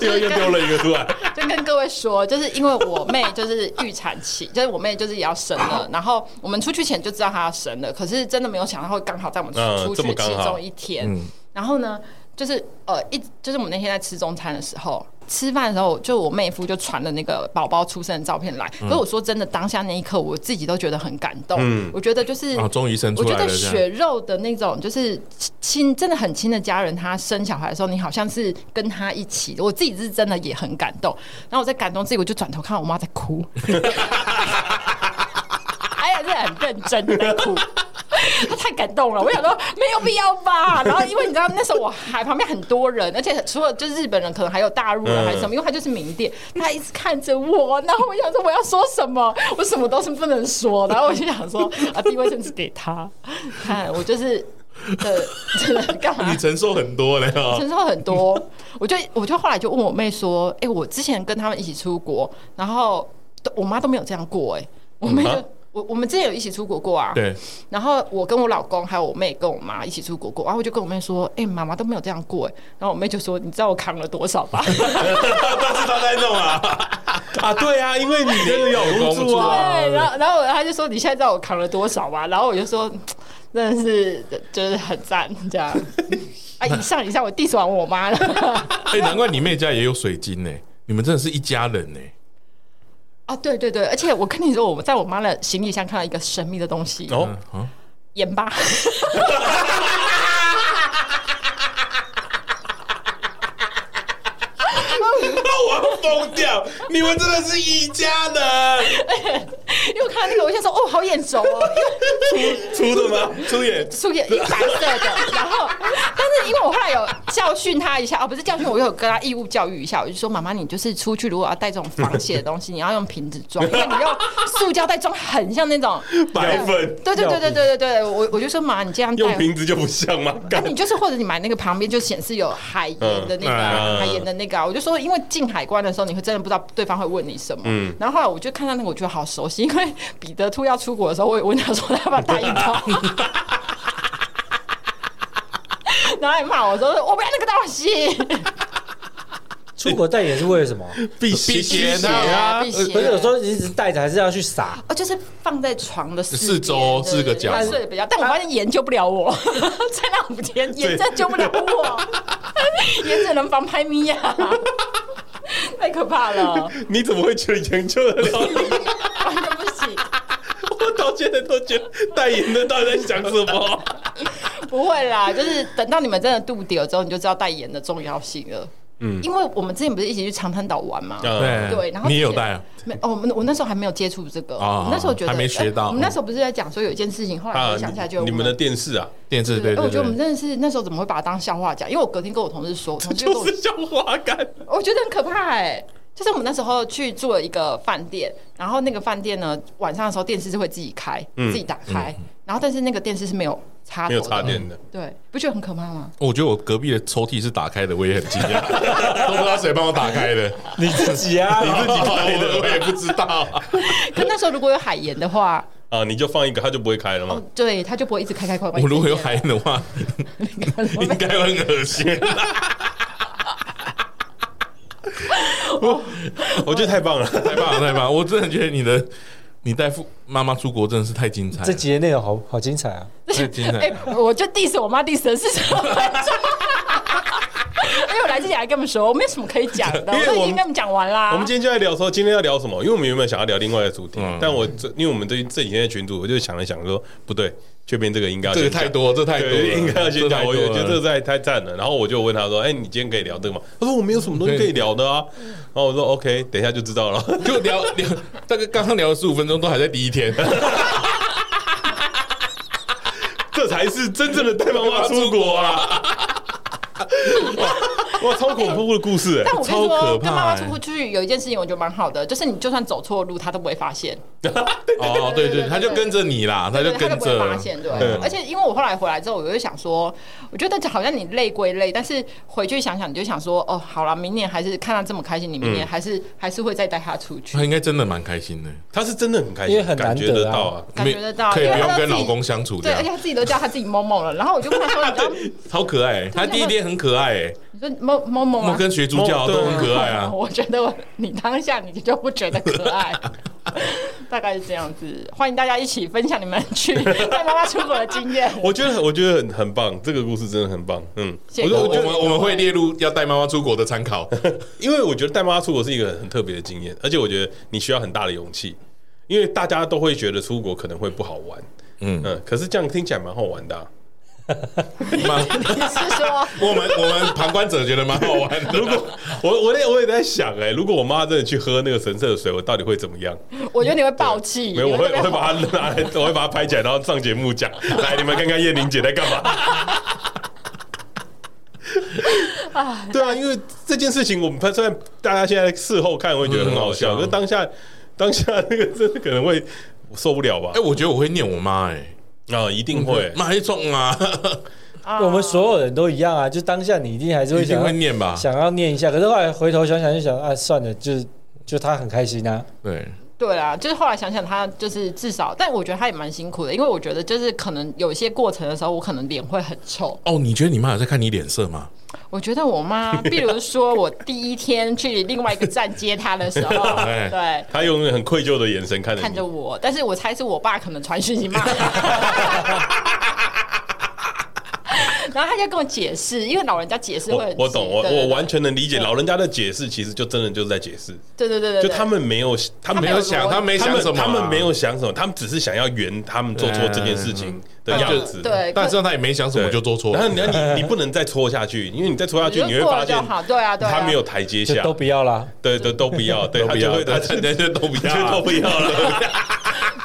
Speaker 2: 丢又丢了一个出来，
Speaker 4: 就跟各位说，就是因为我妹就是预产期，就是我妹就是也要生了，然后我们出去前就知道她要生了，可是真的没有想到会刚好在我们
Speaker 2: 嗯
Speaker 4: 出出
Speaker 2: 这么
Speaker 4: 去
Speaker 2: 刚
Speaker 4: 其
Speaker 2: 好
Speaker 4: 中一天。然后呢，就是呃一就是我们那天在吃中餐的时候。吃饭的时候，就我妹夫就传了那个宝宝出生的照片来。可是我说真的，当下那一刻我自己都觉得很感动。
Speaker 2: 嗯
Speaker 4: 我觉得就是
Speaker 3: 啊终于生出
Speaker 4: 我觉
Speaker 3: 来了
Speaker 4: 得
Speaker 3: 这样
Speaker 4: 血肉的那种，就是亲，真的很亲的家人，他生小孩的时候，你好像是跟他一起。我自己是真的也很感动。然后我在感动自己，我就转头看我妈在哭， 哎呀，是很认真的在哭。她太感动了，我想说没有必要吧。然后因为你知道那时候我还旁边很多人，而且除了就日本人，可能还有大陆人还是什么，因为他就是名店，他一直看着我，然后我想说我要说什么，我什么都是不能说，然后我就想说啊，第一卫生纸给他，看我就是呃， 真的干嘛
Speaker 3: 你？承受很多嘞啊、
Speaker 4: 承受很多。我就我就后来就问我妹说：“哎、我之前跟他们一起出国，然后都我妈都没有这样过、哎，我妹就、
Speaker 2: 啊
Speaker 4: 我我们之前有一起出国过啊。
Speaker 3: 对，
Speaker 4: 然后我跟我老公还有我妹跟我妈一起出国过，然后我就跟我妹说：‘哎、妈妈都没有这样过、哎。’然后我妹就说：‘你知道我扛了多少吧？’
Speaker 3: 但 是他在弄啊，
Speaker 2: 啊，对啊，因为你真的有工作啊，
Speaker 4: 对，然后然后他就说：‘你现在知道我扛了多少吧？’然后我就说：‘真的是就是很赞这样。’啊，以上以上我 diss 完我妈了。
Speaker 3: 哎、难怪你妹家也有水晶呢、你们真的是一家人呢、
Speaker 4: 哦，对对对，而且我跟你说，我在我妈的行李箱看到一个神秘的东西，
Speaker 2: 哦，
Speaker 3: 啊，
Speaker 4: 盐巴。
Speaker 2: 我要疯掉！你们真的是一家人，
Speaker 4: 因为我看到那个，我就想说，哦，好眼熟哦，因为
Speaker 2: 出的吗？出演
Speaker 4: 素颜一白色的，然后，但是因为我后来有教训他一下，哦，不是教训，我有跟他义务教育一下，我就说，妈妈，你就是出去如果要带这种防血的东西，你要用瓶子装，因为你用塑胶袋装，很像那种，
Speaker 2: 白粉，
Speaker 4: 对对对对对对对，我我就说，妈，你这样带
Speaker 2: 用。瓶子就不像吗？
Speaker 4: 啊
Speaker 2: 干，
Speaker 4: 你就是或者你买那个旁边就显示有海盐的那个啊、
Speaker 2: 嗯嗯
Speaker 4: 海盐的那个、啊，我就说，因为进海关的时候，你会真的不知道对方会问你什么。然后后来啊我就看到那个，我觉得好熟悉，因为彼得兔要出国的时候，我也问他说 他要不要带一包。然后还骂我说：“我不要那个东西。
Speaker 5: 出国带也是为了什么？
Speaker 2: 必
Speaker 3: 必须
Speaker 4: 对
Speaker 3: 的
Speaker 4: 啊
Speaker 3: 啊
Speaker 4: 必须
Speaker 5: 不是有时候你只带着还是要去撒，
Speaker 4: 哦，就是放在床的
Speaker 3: 四周
Speaker 4: 边
Speaker 3: 四个角
Speaker 4: 对对对睡得比较。但我发现盐救不了我， 在那五天盐真的救不了我， 盐只能防拍咪呀、 太可怕了。
Speaker 2: 你怎么会觉得研究得了？
Speaker 4: 完全不行，
Speaker 2: 我到现在都觉得代言的到底在想什么？
Speaker 4: 不会啦，就是等到你们真的度掉之后，你就知道代言的重要性了。嗯，因为我们之前不是一起去长滩岛玩吗？
Speaker 2: 嗯
Speaker 3: 对
Speaker 4: 对然后
Speaker 3: 啊你也有
Speaker 4: 之前
Speaker 3: 带啊，
Speaker 4: 没哦，我们我那时候还没有接触这个，
Speaker 3: 哦
Speaker 4: 我那时候觉得
Speaker 3: 还没学到啊
Speaker 4: 哎我们那时候不是在讲说有一件事情，后来回想起来就
Speaker 2: 啊你们的电视啊，
Speaker 3: 电视对
Speaker 4: 哎我
Speaker 3: 对
Speaker 4: 觉得我们
Speaker 3: 对，
Speaker 4: 真的是那时候怎么会把它当笑话讲？因为我隔天跟我同 事说，我同事就跟我
Speaker 2: 就是像花干。
Speaker 4: 我觉得很可怕哎、就是我们那时候去住了一个饭店，然后那个饭店呢，晚上的时候电视是会自己开，
Speaker 2: 嗯
Speaker 4: 自己打开，然后但是那个电视是没有插头
Speaker 2: 没有插电的，
Speaker 4: 对，不觉得很可怕吗？
Speaker 3: 我觉得我隔壁的抽屉是打开的，我也很惊 讶，都不知道谁帮我打开的，
Speaker 5: 你自己啊，
Speaker 3: 你
Speaker 4: 嗯
Speaker 3: 自己开
Speaker 4: 哦
Speaker 3: 的，我也不知道。
Speaker 4: 可那时候如果有海盐的话，
Speaker 2: 啊，你就放一个，它就不会开了吗？
Speaker 4: 对，它就不会一直开开关关。
Speaker 3: 我如果有海燕的 话，应该会很恶 心。
Speaker 4: 嗯
Speaker 2: 我觉得太棒了，
Speaker 3: 太棒了，太棒了！我真的觉得你的，你带父妈妈出国真的是太精彩了，
Speaker 5: 这集的内容好好精彩啊！
Speaker 3: 太精彩
Speaker 4: 哎、
Speaker 3: 了。
Speaker 4: 我就 diss 我妈 diss 的是什么？ 因为我来之前还跟他们说，我没有什么可以讲的，
Speaker 2: 因为
Speaker 4: 我都已
Speaker 2: 我们
Speaker 4: 经跟他们讲完啦。
Speaker 2: 我们今天就在聊说今天要聊什么，因为我们原本想要聊另外一个主题，
Speaker 3: 嗯
Speaker 2: 但我这因为我们这这几天的群组，我就想了想说，不对，这边这个应该要
Speaker 3: 这个
Speaker 2: 先讲
Speaker 3: 太多，这太多了，
Speaker 2: 对，应该要先
Speaker 3: 这
Speaker 2: 讲。
Speaker 3: 太
Speaker 2: 我
Speaker 3: 多
Speaker 2: 觉
Speaker 3: 了
Speaker 2: 得这太太赞了。然后我就问他说：“哎，你今天可以聊这个吗？”他说：“我没有什么东西可以聊的啊。”
Speaker 4: 嗯
Speaker 2: 然后我说：“OK，等一下就知道了。
Speaker 3: 就聊 聊，大概刚刚聊了十五分钟，都还在第一 天。”
Speaker 2: 这才是真正的带妈妈出国啊！ 哇，超恐怖的故事哎、
Speaker 4: 但我跟你
Speaker 3: 超可
Speaker 4: 说，
Speaker 3: 怕
Speaker 4: 跟妈妈
Speaker 3: 欸
Speaker 4: 出去有一件事情，我觉得蛮好的，就是你就算走错路，她都不会发现，
Speaker 3: 哦，对对，他就跟着你啦，他就
Speaker 4: 对她
Speaker 3: 跟
Speaker 4: 都不会
Speaker 3: 着，
Speaker 4: 发现，对。而且因为我后来回来之后，我就想说，我觉得好像你累归累，但是回去想想，你就想说，哦，好了，明年还是看她这么开心，你明
Speaker 3: 嗯
Speaker 4: 年还是、还是会再带她出去
Speaker 3: 他。应该真的蛮开心的，
Speaker 2: 他是真的很开
Speaker 5: 因
Speaker 2: 心，
Speaker 5: 为很
Speaker 2: 哎感
Speaker 5: 难
Speaker 2: 觉得
Speaker 5: 得啊
Speaker 2: 到啊，
Speaker 4: 感觉得到
Speaker 3: 可以
Speaker 4: 因为
Speaker 3: 不
Speaker 4: 他
Speaker 3: 用跟
Speaker 4: 都自己
Speaker 3: 老公相处这
Speaker 4: 对，而且
Speaker 3: 样，
Speaker 4: 她自己都叫她自己某某了，然后我就跟她说，你知道，
Speaker 3: 超可爱。他第一天很可爱，
Speaker 4: 你说某某某
Speaker 3: 我们
Speaker 4: 啊，
Speaker 3: 跟学猪叫
Speaker 2: 对啊
Speaker 3: 都很可爱啊。
Speaker 4: 我觉得我你当下你就不觉得可爱， 大概是这样子。欢迎大家一起分享你们去 带妈妈出国的经验。
Speaker 2: 我觉得我觉得很很棒，这个故事真的很棒，嗯，
Speaker 4: 谢
Speaker 2: 我
Speaker 4: 谢
Speaker 2: 觉得我
Speaker 4: 各位
Speaker 3: 我
Speaker 2: 觉
Speaker 3: 们
Speaker 2: 得，
Speaker 3: 我们会列入要带妈妈出国的参考。
Speaker 2: 因为我觉得带妈妈出国是一个很特别的经验，而且我觉得你需要很大的勇气，因为大家都会觉得出国可能会不好玩，嗯嗯，可是这样听起来蛮好玩的啊、
Speaker 3: 妈
Speaker 4: 是说
Speaker 3: 我们我们旁观者觉得蛮好 玩的。如果
Speaker 2: 我我也我也在想哎、如果我妈真的去喝那个神圣的水，我到底会怎么样？
Speaker 4: 我觉得你会爆气，
Speaker 2: 没有，我
Speaker 4: 你
Speaker 2: 会我
Speaker 4: 被
Speaker 2: 会把它拿来，我会把它拍起来，然后上节目 讲。来，你们看看叶玲姐在干嘛？对啊，因为这件事情，我们虽然大家现在事后看会觉得很好笑，
Speaker 3: 嗯
Speaker 2: 可是当下当下那个真的可能会我受不了吧
Speaker 3: 哎，？我觉得我会念我妈，哎，
Speaker 2: 啊，一定会。
Speaker 3: 妈一中 啊，
Speaker 5: 我们所有人都一样啊，就当下你一定还是会
Speaker 3: 一定
Speaker 5: 想
Speaker 3: 会
Speaker 5: 要
Speaker 3: 念吧？
Speaker 5: 想要念一下，可是后来回头想想就想啊，算了，就就他很开心啊，
Speaker 3: 对，
Speaker 4: 对啦，就是后来想想，他就是至少，但我觉得他也蛮辛苦的，因为我觉得就是可能有一些过程的时候，我可能脸会很臭。
Speaker 3: 哦，你觉得你妈有在看你脸色吗？
Speaker 4: 我觉得 我妈，比如说我第一天去另外一个站接她的 时候，
Speaker 3: 哎
Speaker 4: 对，
Speaker 2: 她用很愧疚的眼神看着
Speaker 4: 看
Speaker 2: 你
Speaker 4: 着，我，但是我猜是我爸可能传讯息骂他。 然后他就跟我解释，因为老人家解释会
Speaker 2: 我
Speaker 4: 很
Speaker 2: 我懂，我
Speaker 4: 对对
Speaker 2: 我
Speaker 4: 对
Speaker 2: 完全能理解
Speaker 4: 对
Speaker 2: 老人家的解释，其实就真的就是在解释，
Speaker 4: 对对对对，
Speaker 2: 就
Speaker 4: 对
Speaker 2: 他们没有，他们
Speaker 4: 没
Speaker 3: 没
Speaker 4: 有
Speaker 3: 有
Speaker 4: 什
Speaker 3: 想，
Speaker 4: 么
Speaker 3: 她没
Speaker 2: 他
Speaker 3: 想
Speaker 2: 们
Speaker 3: 什么啊，
Speaker 2: 他们没有想什么，他们只是想要圆他们做错这件事情的
Speaker 3: 嗯
Speaker 2: 样
Speaker 3: 就
Speaker 2: 子。
Speaker 4: 对，
Speaker 3: 但
Speaker 4: 可
Speaker 3: 是她也没想什么就做错
Speaker 2: 然后
Speaker 3: 了。
Speaker 2: 你 你你不能再戳下去，因为你再戳下去，
Speaker 4: 你
Speaker 2: 你
Speaker 4: 就
Speaker 2: 会
Speaker 4: 做
Speaker 2: 发
Speaker 4: 了就
Speaker 2: 现
Speaker 4: 好，对啊对啊，
Speaker 2: 他没有台阶
Speaker 5: 就
Speaker 2: 下
Speaker 5: 都，不要啦。
Speaker 2: 对对都不要，对
Speaker 3: 都
Speaker 2: 他
Speaker 3: 不
Speaker 2: 就
Speaker 3: 要，
Speaker 2: 会他
Speaker 3: 他
Speaker 2: 就
Speaker 3: 人家就都 不
Speaker 2: 就都
Speaker 3: 要啊
Speaker 2: 不。要了，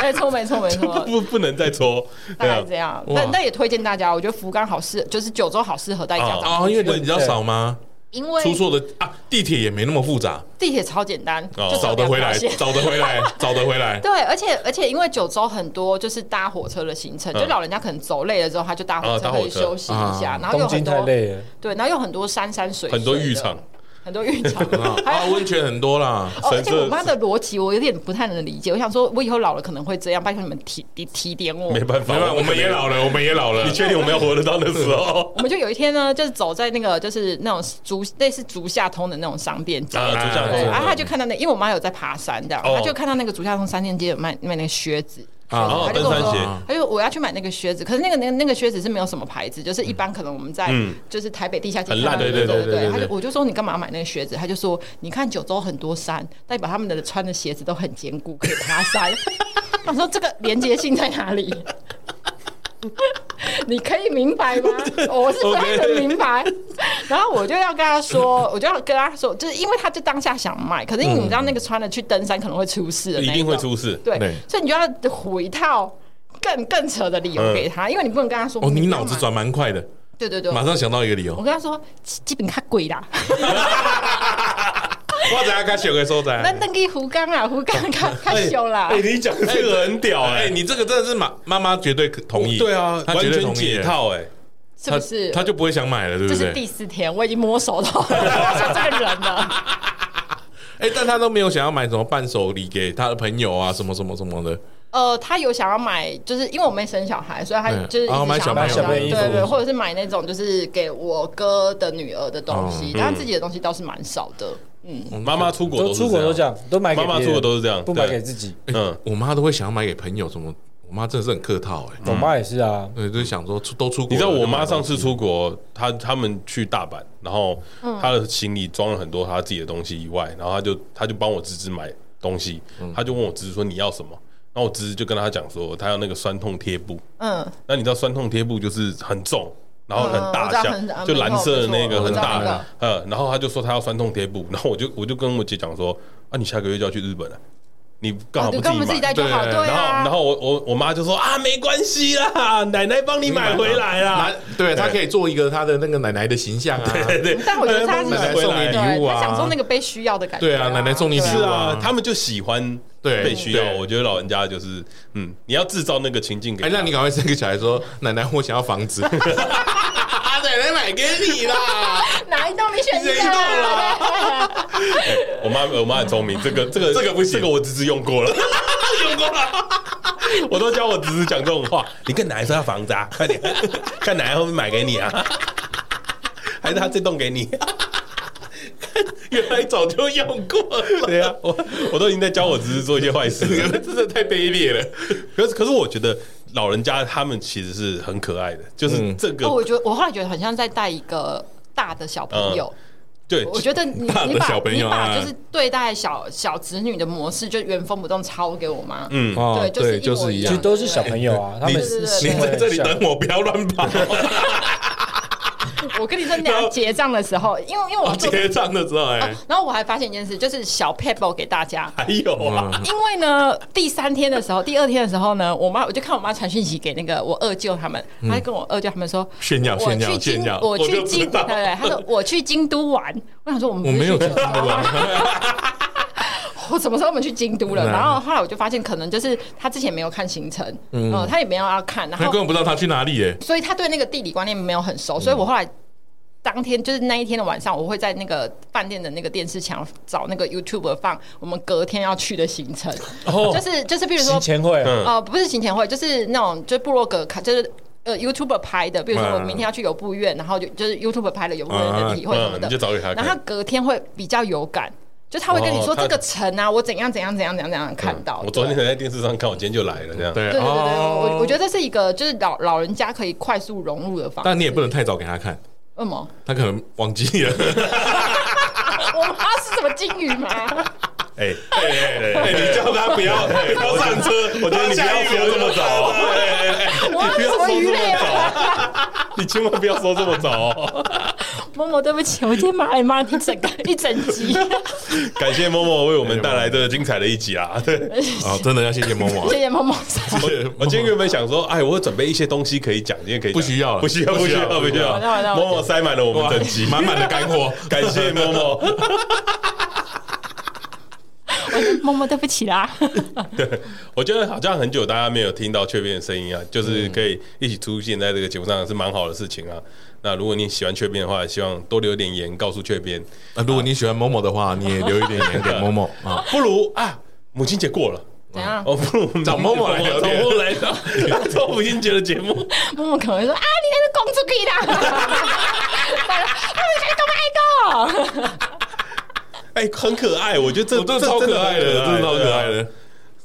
Speaker 4: 没错 没错没错，
Speaker 2: 不不能再戳，
Speaker 4: 大
Speaker 2: 对
Speaker 4: 概
Speaker 2: 啊
Speaker 4: 是，这样。
Speaker 3: 哇
Speaker 4: 但但也推荐大家，我觉得福冈好适，就是九州好适合带
Speaker 2: 啊
Speaker 4: 家长，
Speaker 3: 哦，因为人比较少吗？
Speaker 4: 因为
Speaker 3: 出错的啊，地铁也没那么复杂，
Speaker 4: 地铁超简单，
Speaker 2: 哦
Speaker 4: 就走
Speaker 3: 找得
Speaker 4: 两
Speaker 3: 回
Speaker 4: 条
Speaker 3: 来，
Speaker 4: 线
Speaker 3: 找得回来，找得回来。
Speaker 4: 对，而且而且因为九州很多就是搭火车的行程，就
Speaker 2: 嗯
Speaker 4: 老人家可能走累了之后，他就搭火
Speaker 2: 啊
Speaker 4: 车
Speaker 2: 搭
Speaker 4: 可
Speaker 2: 火
Speaker 4: 以
Speaker 2: 车
Speaker 4: 休息一下，
Speaker 3: 啊
Speaker 4: 然后有
Speaker 5: 东京
Speaker 4: 很
Speaker 5: 太
Speaker 4: 多
Speaker 5: 累了，
Speaker 4: 对，然后有很多山山水水的
Speaker 2: 很多浴场，
Speaker 4: 很多 浴场，还
Speaker 3: 啊，
Speaker 4: 有。
Speaker 3: 温泉很多啦，
Speaker 4: 哦，而
Speaker 2: 神
Speaker 4: 且
Speaker 2: 社
Speaker 4: 我妈的逻辑我有点不太能理解。我想说，我以后老了可能会这样，拜托你们提提提点我
Speaker 2: 没。办法，
Speaker 3: 没办法，我们也老了，我们也老了
Speaker 2: 你。确定我们要活得到那时候？
Speaker 4: 我们就有一天呢，就是走在那个就是那种竹类似竹下通的那种商店街，
Speaker 2: 啊，就这样
Speaker 4: 对，然后她
Speaker 2: 子，
Speaker 4: 就看到那，因为我妈有在爬山这样，
Speaker 2: 哦
Speaker 4: 她就看到那个竹下通商店街有卖卖那个靴子，
Speaker 2: 哦
Speaker 4: 他
Speaker 3: 啊
Speaker 4: 就跟我
Speaker 2: 登山鞋
Speaker 4: 说，他就我要去买那个靴子，可是那个那个那个靴子是没有什么牌子，就是一般可能我们在
Speaker 2: 嗯
Speaker 4: 就是台北地下街
Speaker 2: 很
Speaker 4: 看到
Speaker 2: 烂
Speaker 4: 的
Speaker 2: 的那种
Speaker 4: 对
Speaker 3: 对对
Speaker 4: 他
Speaker 3: 对
Speaker 4: 就我就说你干嘛买那个靴子？他就说你看九州很多山，代表他们的穿的鞋子都很坚固，可以爬山。我说这个连接性在哪里？你可以明白吗？我是不太能明白。然后我就要跟他说，我就要跟他说，就是因为他就当下想卖，可是因为你知道那个穿了去登山可能会出事的那
Speaker 2: 一
Speaker 4: 种，
Speaker 2: 定会出事。
Speaker 4: 对，
Speaker 3: 对
Speaker 4: 所以你就要唬一套更更扯的理由给他，因为你不能跟他说
Speaker 3: 哦，你
Speaker 4: 干嘛
Speaker 3: 脑子转蛮快的，
Speaker 4: 对对对，
Speaker 3: 马上想到一个理由
Speaker 4: 我。跟他说基基本太贵啦，
Speaker 3: 我等下该选个收仔。
Speaker 4: 那登给胡刚啦，胡刚啊看看秀啦
Speaker 2: 哎，，你讲这个很屌
Speaker 3: 哎、
Speaker 2: 哎，
Speaker 3: 你这个真的是妈妈妈绝对同意，
Speaker 2: 对啊，
Speaker 3: 她
Speaker 2: 完
Speaker 3: 绝对
Speaker 2: 全
Speaker 3: 同意
Speaker 2: 解
Speaker 3: 耶，
Speaker 2: 套哎，
Speaker 4: 是
Speaker 3: 她
Speaker 4: 不是？
Speaker 3: 她就不会想买了，对
Speaker 4: 这
Speaker 3: 不
Speaker 4: 是
Speaker 3: 对？
Speaker 4: 第四天，我已经摸熟到这个人了。
Speaker 3: 哎、但她都没有想要买什么伴手礼给她的朋友啊，什么什么什么的，
Speaker 4: 呃，他有想要买，就是因为我没生小孩，所以他
Speaker 3: 嗯
Speaker 4: 就是一
Speaker 3: 哦买
Speaker 4: 直想要买
Speaker 5: 小朋友衣
Speaker 4: 对
Speaker 5: 服
Speaker 4: 对对，或者是买那种就是给我哥的女儿的东西
Speaker 3: 哦，
Speaker 4: 但他自己的东西倒是蛮少的。嗯，
Speaker 2: 妈妈出国
Speaker 5: 都
Speaker 2: 是
Speaker 5: 出国都这样，都买给
Speaker 2: 妈妈
Speaker 5: 别
Speaker 2: 出国
Speaker 5: 人
Speaker 2: 都是这样
Speaker 5: 不买
Speaker 2: 对
Speaker 5: 给自己。
Speaker 2: 嗯
Speaker 3: 嗯，我妈都会想要买给朋友，什么，我妈真的是很客套、哎、
Speaker 5: 我妈也是啊，
Speaker 3: 对，就是想说出都出国了，
Speaker 2: 你知道我妈
Speaker 3: 就买
Speaker 2: 上
Speaker 3: 东西
Speaker 2: 次出国，她他们去大阪，然后她
Speaker 5: 嗯
Speaker 2: 的行李装了很多她自己的东西以外，然后她就她就帮我侄子买东西，
Speaker 5: 嗯
Speaker 2: 她就问我侄子说你要什么，然后我侄子就跟她讲说她要那个酸痛贴布，
Speaker 4: 嗯，
Speaker 2: 那你知道酸痛贴布就是很重。然后很
Speaker 4: 嗯我
Speaker 2: 大
Speaker 4: 知道很
Speaker 2: 像，就蓝色的那
Speaker 4: 没错
Speaker 2: 个很大
Speaker 4: 我知道
Speaker 2: 的，呃 嗯，然后她就说她要酸痛贴布，然后我就我就跟我姐讲说，啊，你下个月就要去日本了，你干嘛
Speaker 4: 哦
Speaker 2: 不自
Speaker 4: 对干
Speaker 2: 己买？
Speaker 4: 嘛自己带就好，
Speaker 3: 对
Speaker 4: 对
Speaker 2: 然后
Speaker 4: 啊。
Speaker 2: 然后我我我妈就说啊，没关系啦，奶奶帮你买回来啦
Speaker 3: 拿。对他可以做一个他的那个奶奶的形象啊，
Speaker 2: 对对，
Speaker 4: 但我觉得他是
Speaker 2: 奶奶帮你买回来
Speaker 3: 送你礼物啊
Speaker 4: 对他享受那个被需要的感觉。
Speaker 3: 对啊奶奶送你礼物
Speaker 4: 对啊
Speaker 2: 是
Speaker 3: 啊
Speaker 2: 啊，他们就喜欢
Speaker 3: 对
Speaker 2: 被需要。
Speaker 3: 对
Speaker 2: 我觉得老人家就是，嗯，你要制造那个情境给
Speaker 3: 哎，
Speaker 2: 他。
Speaker 3: 那你赶快生个小孩说，奶奶我想要房子，
Speaker 4: 嗯
Speaker 3: 奶奶买给你啦，
Speaker 4: 哪一栋你选
Speaker 3: 这一栋啊 啦，
Speaker 2: 我妈我妈很聪明，这个这个
Speaker 3: 这个不行
Speaker 2: 这个我侄子用过 了，用过了。 我都教我侄子讲这种话，你跟奶奶说要房子啊，快点， 看奶奶会不会买给你啊， 还是他这栋给你？
Speaker 3: 原来早就用过了，
Speaker 2: 对啊，我我都已经在教我侄子做一些坏事了。
Speaker 3: 真的太卑劣了。
Speaker 2: 可是可是我觉得老人家他们其实是很可爱的，就是
Speaker 3: 嗯
Speaker 2: 这个、
Speaker 4: 哦，我觉得我后来觉得很像在带一个大的小朋友。
Speaker 2: 对，
Speaker 4: 我觉得
Speaker 3: 嗯
Speaker 4: 你
Speaker 3: 大的
Speaker 4: 你把
Speaker 3: 小朋友
Speaker 4: 你把
Speaker 3: 啊
Speaker 4: 就是对待小小子女的模式，就原封不动抄给我妈。
Speaker 2: 嗯，
Speaker 3: 哦
Speaker 4: 对就是一模
Speaker 3: 就是
Speaker 4: 一
Speaker 5: 其
Speaker 4: 样
Speaker 5: 实都是小朋友啊，他们
Speaker 4: 对对
Speaker 3: 你
Speaker 4: 对
Speaker 5: 行为
Speaker 3: 在这
Speaker 5: 很
Speaker 3: 里
Speaker 5: 像
Speaker 3: 等我，不要乱跑。
Speaker 4: 我跟你说，你俩结账的时候，
Speaker 3: 哦
Speaker 4: 因为因为我
Speaker 3: 我
Speaker 4: 要做
Speaker 3: 结账的时候，哎，
Speaker 4: 然后我还发现一件事，就是小 pebble 给大家。
Speaker 2: 还有啊，
Speaker 3: 嗯
Speaker 4: 因为呢，第三天的时候，第二天的时候呢，我妈我就看我妈传讯息给那个我二舅他们，她就跟我二舅他们说
Speaker 3: 炫耀
Speaker 4: 我
Speaker 3: 炫耀炫
Speaker 4: 去京
Speaker 3: 耀，，
Speaker 4: 我
Speaker 3: 就
Speaker 4: 去
Speaker 3: 知
Speaker 4: 京，
Speaker 3: 道
Speaker 4: 对，对，她说我去京都玩，我想说我们
Speaker 3: 我没有
Speaker 4: 不
Speaker 3: 去
Speaker 4: 是
Speaker 3: 京
Speaker 4: 去
Speaker 3: 都啊，
Speaker 4: 我什么时候我们去京都了？
Speaker 3: 嗯
Speaker 4: 然后后来我就发现，可能就是他之前没有看行程，嗯，他也没有要看，然
Speaker 3: 他根
Speaker 4: 后
Speaker 3: 本不知道他去哪里耶。
Speaker 4: 所以他对那个地理观念没有很熟，
Speaker 3: 嗯
Speaker 4: 所以我后来。当天就是那一天的晚上，我会在那个饭店的那个电视墙找那个 YouTube 放我们隔天要去的行程，
Speaker 3: 哦
Speaker 4: 就是就是，比如说
Speaker 5: 行前会啊，
Speaker 2: 嗯
Speaker 4: 呃，不是行前会，就是那种就部落格卡，就是呃 YouTube 拍的，比如说
Speaker 2: 嗯
Speaker 4: 我明天要去游步院，然后就就是 YouTube 拍的游步院的体会什么
Speaker 2: 嗯，
Speaker 4: 的
Speaker 2: 你就，找给他
Speaker 4: 然后他
Speaker 2: 看。
Speaker 4: 隔天会比较有感，就他会跟你
Speaker 2: 哦
Speaker 4: 说
Speaker 2: 他
Speaker 4: 这个城啊，我怎样怎样怎样怎样怎样看到。
Speaker 2: 嗯我昨天
Speaker 4: 对
Speaker 2: 才在电视上看，我今天就来了，这样。
Speaker 3: 对
Speaker 4: 对对对，对
Speaker 3: 哦
Speaker 4: 我我觉得这是一个就是老老人家可以快速融入的方式。
Speaker 3: 但你也不能太早给他看，
Speaker 4: 为什么？
Speaker 3: 他可能忘记了。
Speaker 4: 我妈是什么金鱼吗？
Speaker 2: 哎，
Speaker 3: 哎你叫他不要不要上车，
Speaker 2: 我觉得你不要说这么早，
Speaker 3: 啊
Speaker 4: 我妈
Speaker 2: 不
Speaker 4: 是
Speaker 2: 要
Speaker 4: 什
Speaker 2: 说
Speaker 4: 么鱼
Speaker 2: 这
Speaker 4: 类
Speaker 2: 么
Speaker 4: 啊？
Speaker 2: 早，你千万不要说这么早哦。
Speaker 4: 某某，对不起，我今天骂你骂一整个一整集，
Speaker 2: 感谢默默为我们带来这精彩的一集 啊！对，
Speaker 3: 啊，真的要谢谢某某
Speaker 4: 谢，谢某某嫂。
Speaker 2: 我我今天原本想说，哎，我准备一些东西可以讲，今天可以讲
Speaker 3: 不需要了
Speaker 2: 不需要，不需要，
Speaker 3: 不
Speaker 2: 不
Speaker 3: 需
Speaker 2: 需
Speaker 3: 要
Speaker 2: 要
Speaker 4: 完了完了。
Speaker 2: 默默塞满了我们整集，
Speaker 3: 满满的干货。
Speaker 2: 感谢默默。
Speaker 4: 我说某某，对不起啦。
Speaker 2: 我觉得好像很久大家没有听到雀边的声音啊，就是可以一起出现在这个节目上是蛮好的事情啊。那如果你喜欢雀边的话，希望多留点言告诉雀边，
Speaker 3: 那呃如果你喜欢某某的话，你也留一点言给某某啊，
Speaker 2: 不如啊，母亲节过了。
Speaker 4: 怎样？
Speaker 2: 哦，不如
Speaker 3: 找某某来聊
Speaker 2: 找
Speaker 3: 天
Speaker 2: 某某来聊， 做母亲节的节目。
Speaker 4: 某某可能会说啊，你那是讲出去啦。啊，我觉得干嘛爱讲？
Speaker 2: 哎，很可爱，我觉得这
Speaker 3: 我真的超可爱的，真的超可爱。
Speaker 2: 很
Speaker 3: 的。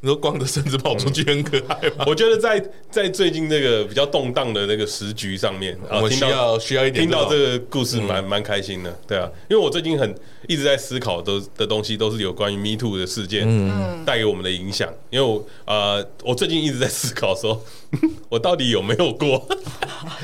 Speaker 3: 你说光着身子跑出去很可爱吗？
Speaker 2: 我觉得在在最近这个比较动荡的那个时局上面，啊
Speaker 3: 我们
Speaker 2: 听
Speaker 3: 需
Speaker 2: 到
Speaker 3: 要嗯需要一点
Speaker 2: 听到
Speaker 3: 这
Speaker 2: 这
Speaker 3: 种
Speaker 2: 个故事蛮蛮开心的，对啊，因为我最近很一直在思考都的东西都是有关于 Me Too 的事件
Speaker 3: 嗯
Speaker 2: 带给我们的影响，因为我呃我最近一直在思考说， 我到底有没有过？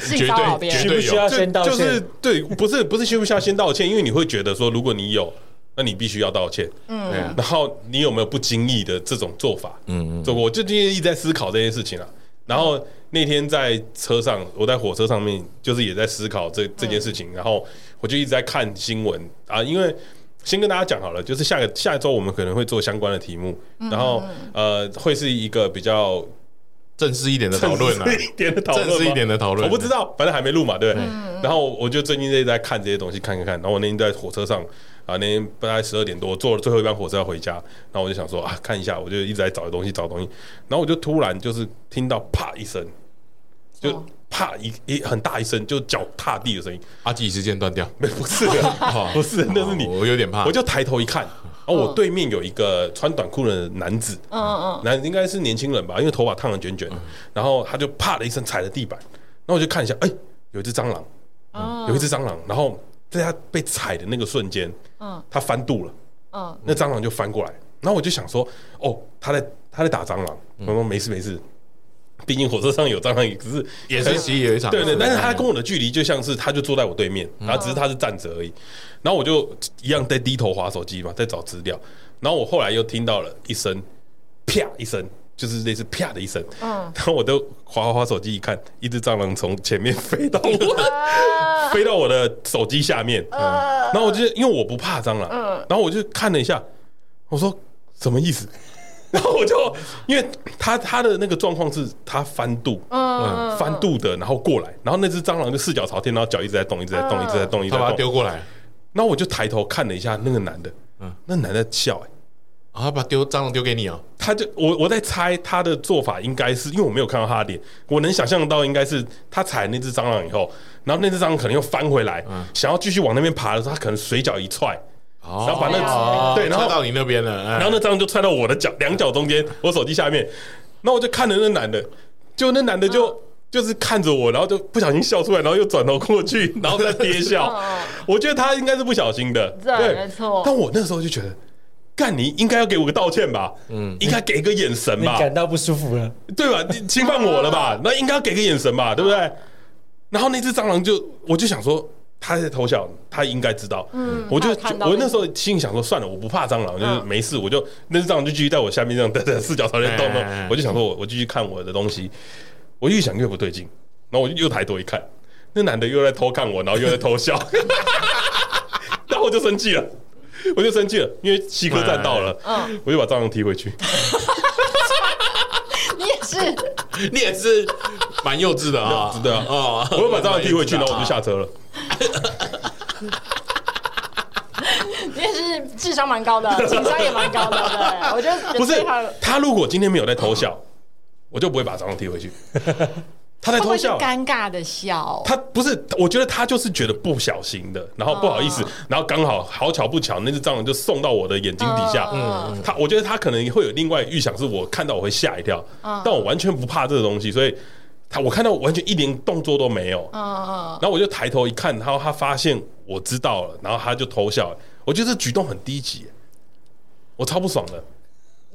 Speaker 4: 性骚扰别人
Speaker 3: 绝对有
Speaker 5: 需不需要
Speaker 2: 就
Speaker 5: 先道歉？
Speaker 2: 就是对，不是不是需不需要先道歉，因为你会觉得说，如果你有，那你必须要道歉。
Speaker 3: 对啊
Speaker 2: 然后你有没有不经意的这种做法？嗯，做过，我就今天一直在思考这件事情啊。然后那天在车上，我在火车上面，就是也在思考这
Speaker 3: 嗯
Speaker 2: 这件事情。然后我就一直在看新闻啊，因为先跟大家讲好了，就是下个下周我们可能会做相关的题目，
Speaker 3: 嗯
Speaker 2: 然后呃，会是一个比较
Speaker 3: 正式一点的讨论啊
Speaker 2: 正，式一点的讨论吗，
Speaker 3: 正式一点的讨论
Speaker 2: 我不知道，反正还没录嘛，
Speaker 4: 嗯
Speaker 2: 对不对？然后我就最近一直在看这些东西，看看看。然后我那天在火车上啊，那天大概十二点多，我坐了最后一班火车要回家，然后我就想说啊，看一下，我就一直在找东西找东西。然后我就突然就是听到啪一声，
Speaker 4: 什
Speaker 2: 就
Speaker 4: 么
Speaker 2: 啪一一很大一声，就脚踏地的声音，
Speaker 3: 阿基里斯腱断掉，
Speaker 2: 没不 是的
Speaker 4: 哦
Speaker 2: 不是，那是你。
Speaker 3: 我有点怕，
Speaker 2: 我就抬头一看，哦，我对面有一个穿短裤的男子，
Speaker 4: 嗯嗯
Speaker 2: 男应该是年轻人吧，因为头发烫的卷卷，然后他就啪的一声踩了地板，然后我就看一下，哎、有一只蟑螂，
Speaker 4: 嗯，
Speaker 2: 有一只蟑螂，然后在它被踩的那个瞬间，
Speaker 4: 嗯
Speaker 2: 它翻肚了，
Speaker 4: 嗯
Speaker 2: 那蟑螂就翻过来，然后我就想说，哦，它在它在打蟑螂，
Speaker 4: 嗯
Speaker 2: 我说没事没事，毕竟火车上有蟑螂，可是
Speaker 3: 也是其实有一场，
Speaker 2: 对对，但是他跟我的距离就像是他就坐在我对面，然后只是他是站着而已，然后我就一样在低头划手机嘛，在找资料，然后我后来又听到了一声啪一声，就是类似啪的一声，
Speaker 4: 嗯
Speaker 2: 然后我都划划划手机一看，一只蟑螂从前面飞到我，
Speaker 4: 啊
Speaker 2: 飞到我的手机下面，
Speaker 4: 呃
Speaker 2: 然后我就因为我不怕蟑螂，
Speaker 4: 嗯
Speaker 2: 然后我就看了一下，我说什么意思？ 然后我就因为他他的那个状况是他翻肚，
Speaker 4: 嗯
Speaker 2: 翻肚的，然后过来，然后那只蟑螂就四脚朝天，然后脚一直在动，一直在动，
Speaker 4: 嗯
Speaker 2: 一直在动，一直
Speaker 3: 他把
Speaker 2: 在
Speaker 3: 它
Speaker 2: 动。
Speaker 3: 丢过来，
Speaker 2: 然后我就抬头看了一下那个男的，嗯，那男的笑、欸，
Speaker 3: 啊，他把丢蟑螂丢给你哦，
Speaker 2: 他就我我在猜他的做法应该是因为我没有看到他的脸，我能想象到应该是他踩那只蟑螂以后，然后那只蟑螂可能又翻回来，
Speaker 3: 嗯
Speaker 2: 想要继续往那边爬的时候，他可能水脚一踹，
Speaker 3: 然
Speaker 2: 然后把那
Speaker 3: 哦
Speaker 2: 对然后
Speaker 3: 踹到你那边了，
Speaker 2: 然
Speaker 3: 然
Speaker 2: 后那蟑螂就踹到我的脚两脚中间，我手机下面，那我就看着那男的，就那男的
Speaker 4: 嗯
Speaker 2: 就、就是看着我，然后就不小心笑出来，然后又转头过去，然后再憋笑。
Speaker 4: 嗯
Speaker 2: 我觉得他应该是不小心的，
Speaker 4: 对
Speaker 2: 对，
Speaker 4: 没错
Speaker 2: 但我那时候就觉得，干你应该要给我个道歉吧，嗯，应该给一个眼神
Speaker 5: 你
Speaker 2: 吧，
Speaker 5: 感到不舒服了，
Speaker 2: 对吧？你侵犯我了吧？那应该要给个眼神吧，对不对？然后那只蟑螂就，我就想说他在偷笑，他应该知道。嗯，我就
Speaker 4: 他看到
Speaker 2: 我
Speaker 4: 那
Speaker 2: 那时候心里想说，算了，我不怕蟑螂，就是
Speaker 4: 嗯
Speaker 2: 没事，我就那只蟑螂就继续在我下面这样等等四脚朝天动
Speaker 3: 哎哎哎
Speaker 2: 动。我就想说我我继续看我的东西，我越想越不对劲，然后我就又抬头一看，那男的又在偷看我，然后又在偷笑，然后我就生气了。我就生气了，因为西客站到了，
Speaker 4: 嗯
Speaker 2: 我就把蟑螂踢回去。
Speaker 4: 你也是，
Speaker 3: 你也是蛮幼稚的啊，
Speaker 2: 对啊，
Speaker 3: 哦，
Speaker 2: 我又把蟑螂踢回去，然 后我就
Speaker 3: 下。
Speaker 2: 下车了。
Speaker 4: 你也是智商蛮高的，情商也蛮高的，对，我觉得
Speaker 2: 不是
Speaker 4: 他会
Speaker 2: 他如果今天没有在偷笑，我就不会把蟑螂踢回去。他在
Speaker 4: 不
Speaker 2: 偷
Speaker 4: 会是
Speaker 2: 笑，
Speaker 4: 尴尬的笑？
Speaker 2: 他不是，我觉得他就是觉得不小心的，然后不好意思，然后刚好好巧不巧，那只蟑螂就送到我的眼睛底下。
Speaker 4: 嗯
Speaker 2: 他我觉得他可能会有另外预想，是我看到我会吓一跳，但我完全不怕这个东西，所以他我看到完全一点动作都没有。
Speaker 4: 嗯
Speaker 2: 然后我就抬头一看，然后他发现我知道了，然后他就偷笑。我觉得这举动很低级，我超不爽的。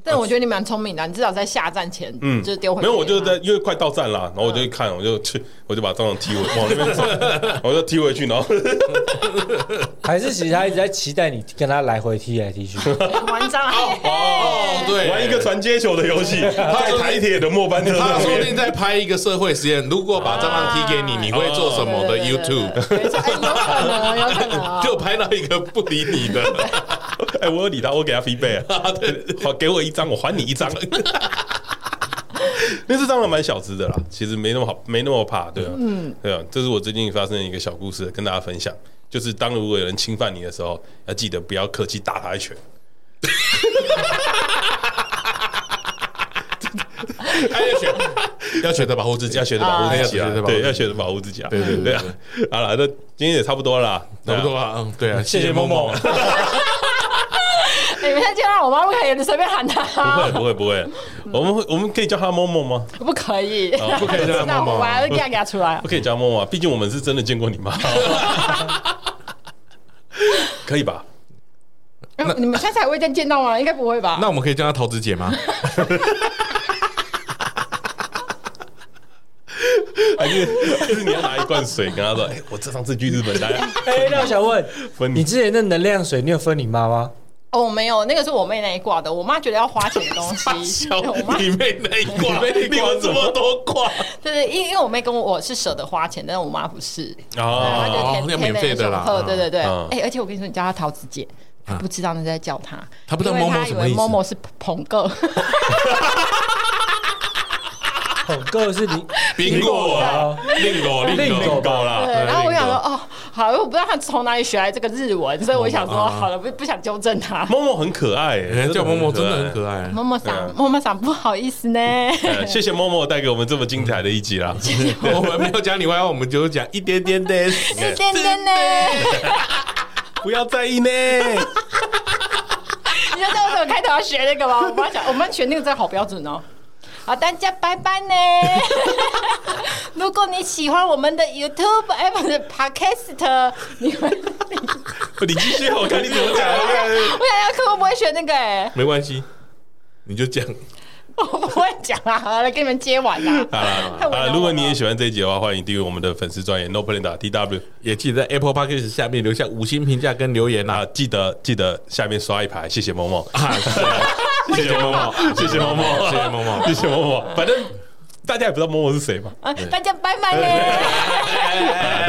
Speaker 4: 但我觉得你蛮聪明的，你至少在下站前，
Speaker 2: 嗯，
Speaker 4: 就是丢回
Speaker 2: 没
Speaker 4: 去。
Speaker 2: 有，我就在因为快到站了，然后我就一看，我就去，我就把蟑螂踢回往那边走，我就踢回去，然后
Speaker 5: 还是其实他一直在期待你跟他来回踢来踢去，
Speaker 4: 玩蟑螂，
Speaker 3: 哦，对，
Speaker 2: 玩一个传接球的游 戏，在台铁的末班车
Speaker 3: 他
Speaker 2: 上
Speaker 3: 说不
Speaker 2: 面
Speaker 3: 定。在拍一个社会实验，如果把蟑螂踢给你，你会做什么哦的
Speaker 4: 对对对对
Speaker 3: YouTube？
Speaker 4: 没错哎有可能，有可能啊。
Speaker 3: 就拍到一个不理 你的，
Speaker 2: 哎，我有理他，我给他 feedback，啊好，给我一张，我还你一张。 那只蟑螂蛮小只的啦，其实没那么好，没那么怕，对啊，嗯，对啊，这是我最近发生的一个小故事，跟大家分享。就是当如果有人侵犯你的时候，要记得不要客气打他一拳。
Speaker 3: 还要学，要学着保护自己，
Speaker 2: 要学着保护自己
Speaker 3: 要
Speaker 2: 啊
Speaker 3: 学着，保护
Speaker 2: 对，
Speaker 3: 自己
Speaker 2: 要学着保护自己啊，
Speaker 3: 对对对
Speaker 2: 对啊，好了，那今天也差不多了啦，
Speaker 3: 差不多啊，嗯，对啊，
Speaker 2: 谢谢梦梦，不
Speaker 4: 你们现在让我妈不可以随便喊她，
Speaker 2: 会不会不会，我们会我们可以叫她梦梦吗？
Speaker 4: 不可以，
Speaker 2: 哦不可 以叫她
Speaker 4: 那
Speaker 2: 梦
Speaker 4: 我
Speaker 2: 梦，
Speaker 4: 还要给她给她出来
Speaker 2: 不。可以叫梦梦啊，毕竟我们是真的见过你妈， 可以吧？
Speaker 4: 哎你们现在还会再见到吗？应该不会吧？
Speaker 3: 那我们可以叫他桃子姐吗？
Speaker 2: 还是还是你要拿一罐水跟她 说，哎，我这上次去日本，大家
Speaker 5: 哎，那我想问，
Speaker 2: 分
Speaker 5: 你
Speaker 2: 你
Speaker 5: 之前那能量水，你有分你妈吗？
Speaker 4: 哦，没有，那个是我妹那一挂的，我妈觉得要花钱的东西，
Speaker 3: 小
Speaker 4: 对我妈
Speaker 3: 你妹那一挂，
Speaker 2: 你妹那一
Speaker 3: 你
Speaker 2: 挂
Speaker 3: 们这么多挂，
Speaker 4: 就是因因为我妹跟我我是舍得花钱，但是我妈不是，她
Speaker 2: 哦，
Speaker 4: 就
Speaker 3: 哦
Speaker 4: 天
Speaker 3: 那
Speaker 4: 天
Speaker 3: 免费的啦嗯
Speaker 4: 那种喝对对对，
Speaker 2: 嗯
Speaker 4: 哎，而且我跟你说，你叫她桃子姐。她不知道那是在叫她，
Speaker 3: 她不知道
Speaker 4: 因为
Speaker 3: Momo
Speaker 4: 她以
Speaker 3: 什么
Speaker 4: 为
Speaker 3: 意思
Speaker 4: Momo 是捧 个，
Speaker 5: 捧够哦是你哦
Speaker 3: 苹果啊，令狗令
Speaker 5: 令
Speaker 3: 狗
Speaker 5: 狗
Speaker 2: 够啦
Speaker 4: 对，，
Speaker 3: 哎
Speaker 4: 然后我想说
Speaker 3: 那
Speaker 4: 哦，好，因为我不知道她从哪里学来这个日文，所以我想说
Speaker 3: 啊
Speaker 4: 好了，不不想纠正她。
Speaker 2: 梦梦很可爱，哎
Speaker 3: 人叫梦梦真的很可爱，
Speaker 4: 默默
Speaker 3: 啊
Speaker 4: 桑，默默桑，不好意思呢。
Speaker 2: 呃谢谢默默带给我们这么精彩的一 集啦。
Speaker 3: 我们没有讲你坏话，我们就讲一点点 的， 哎
Speaker 4: 是真的呢，
Speaker 2: 不要在意呢。
Speaker 4: 你知道为什么开头要学那个吗？ 我妈讲，我们学那个真的好标准哦。好，大家拜拜呢。 如果你喜欢我们的 YouTube，哎，不是 Podcast，你们，
Speaker 2: 你继续，我看你怎么讲。我看
Speaker 4: 我想要课会不会学那个、哎，
Speaker 3: 没关系，你就讲。
Speaker 4: 我不会讲啊，好了，跟你们接啊完啦。
Speaker 2: 好了，
Speaker 4: 太
Speaker 2: 好
Speaker 4: 无聊
Speaker 2: 了，
Speaker 4: 了
Speaker 2: 如果你也喜欢这一集的话，欢迎订阅我们的粉丝专业 No Plan 打 T W
Speaker 3: 也记得在 Apple Podcast 下面留下五星评价跟留言
Speaker 2: 啊
Speaker 3: 啊！，
Speaker 2: 记得记得下面刷一排，谢谢萌萌。
Speaker 3: 啊，是啊
Speaker 2: 谢
Speaker 3: 谢
Speaker 2: 谢猫猫，谢谢猫猫，
Speaker 3: 谢谢猫猫
Speaker 2: 谢谢猫猫。反正大家也不知道猫猫是谁嘛，
Speaker 4: 啊大家拜拜嘞。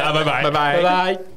Speaker 2: 大家拜拜，
Speaker 3: 拜拜
Speaker 5: 拜拜。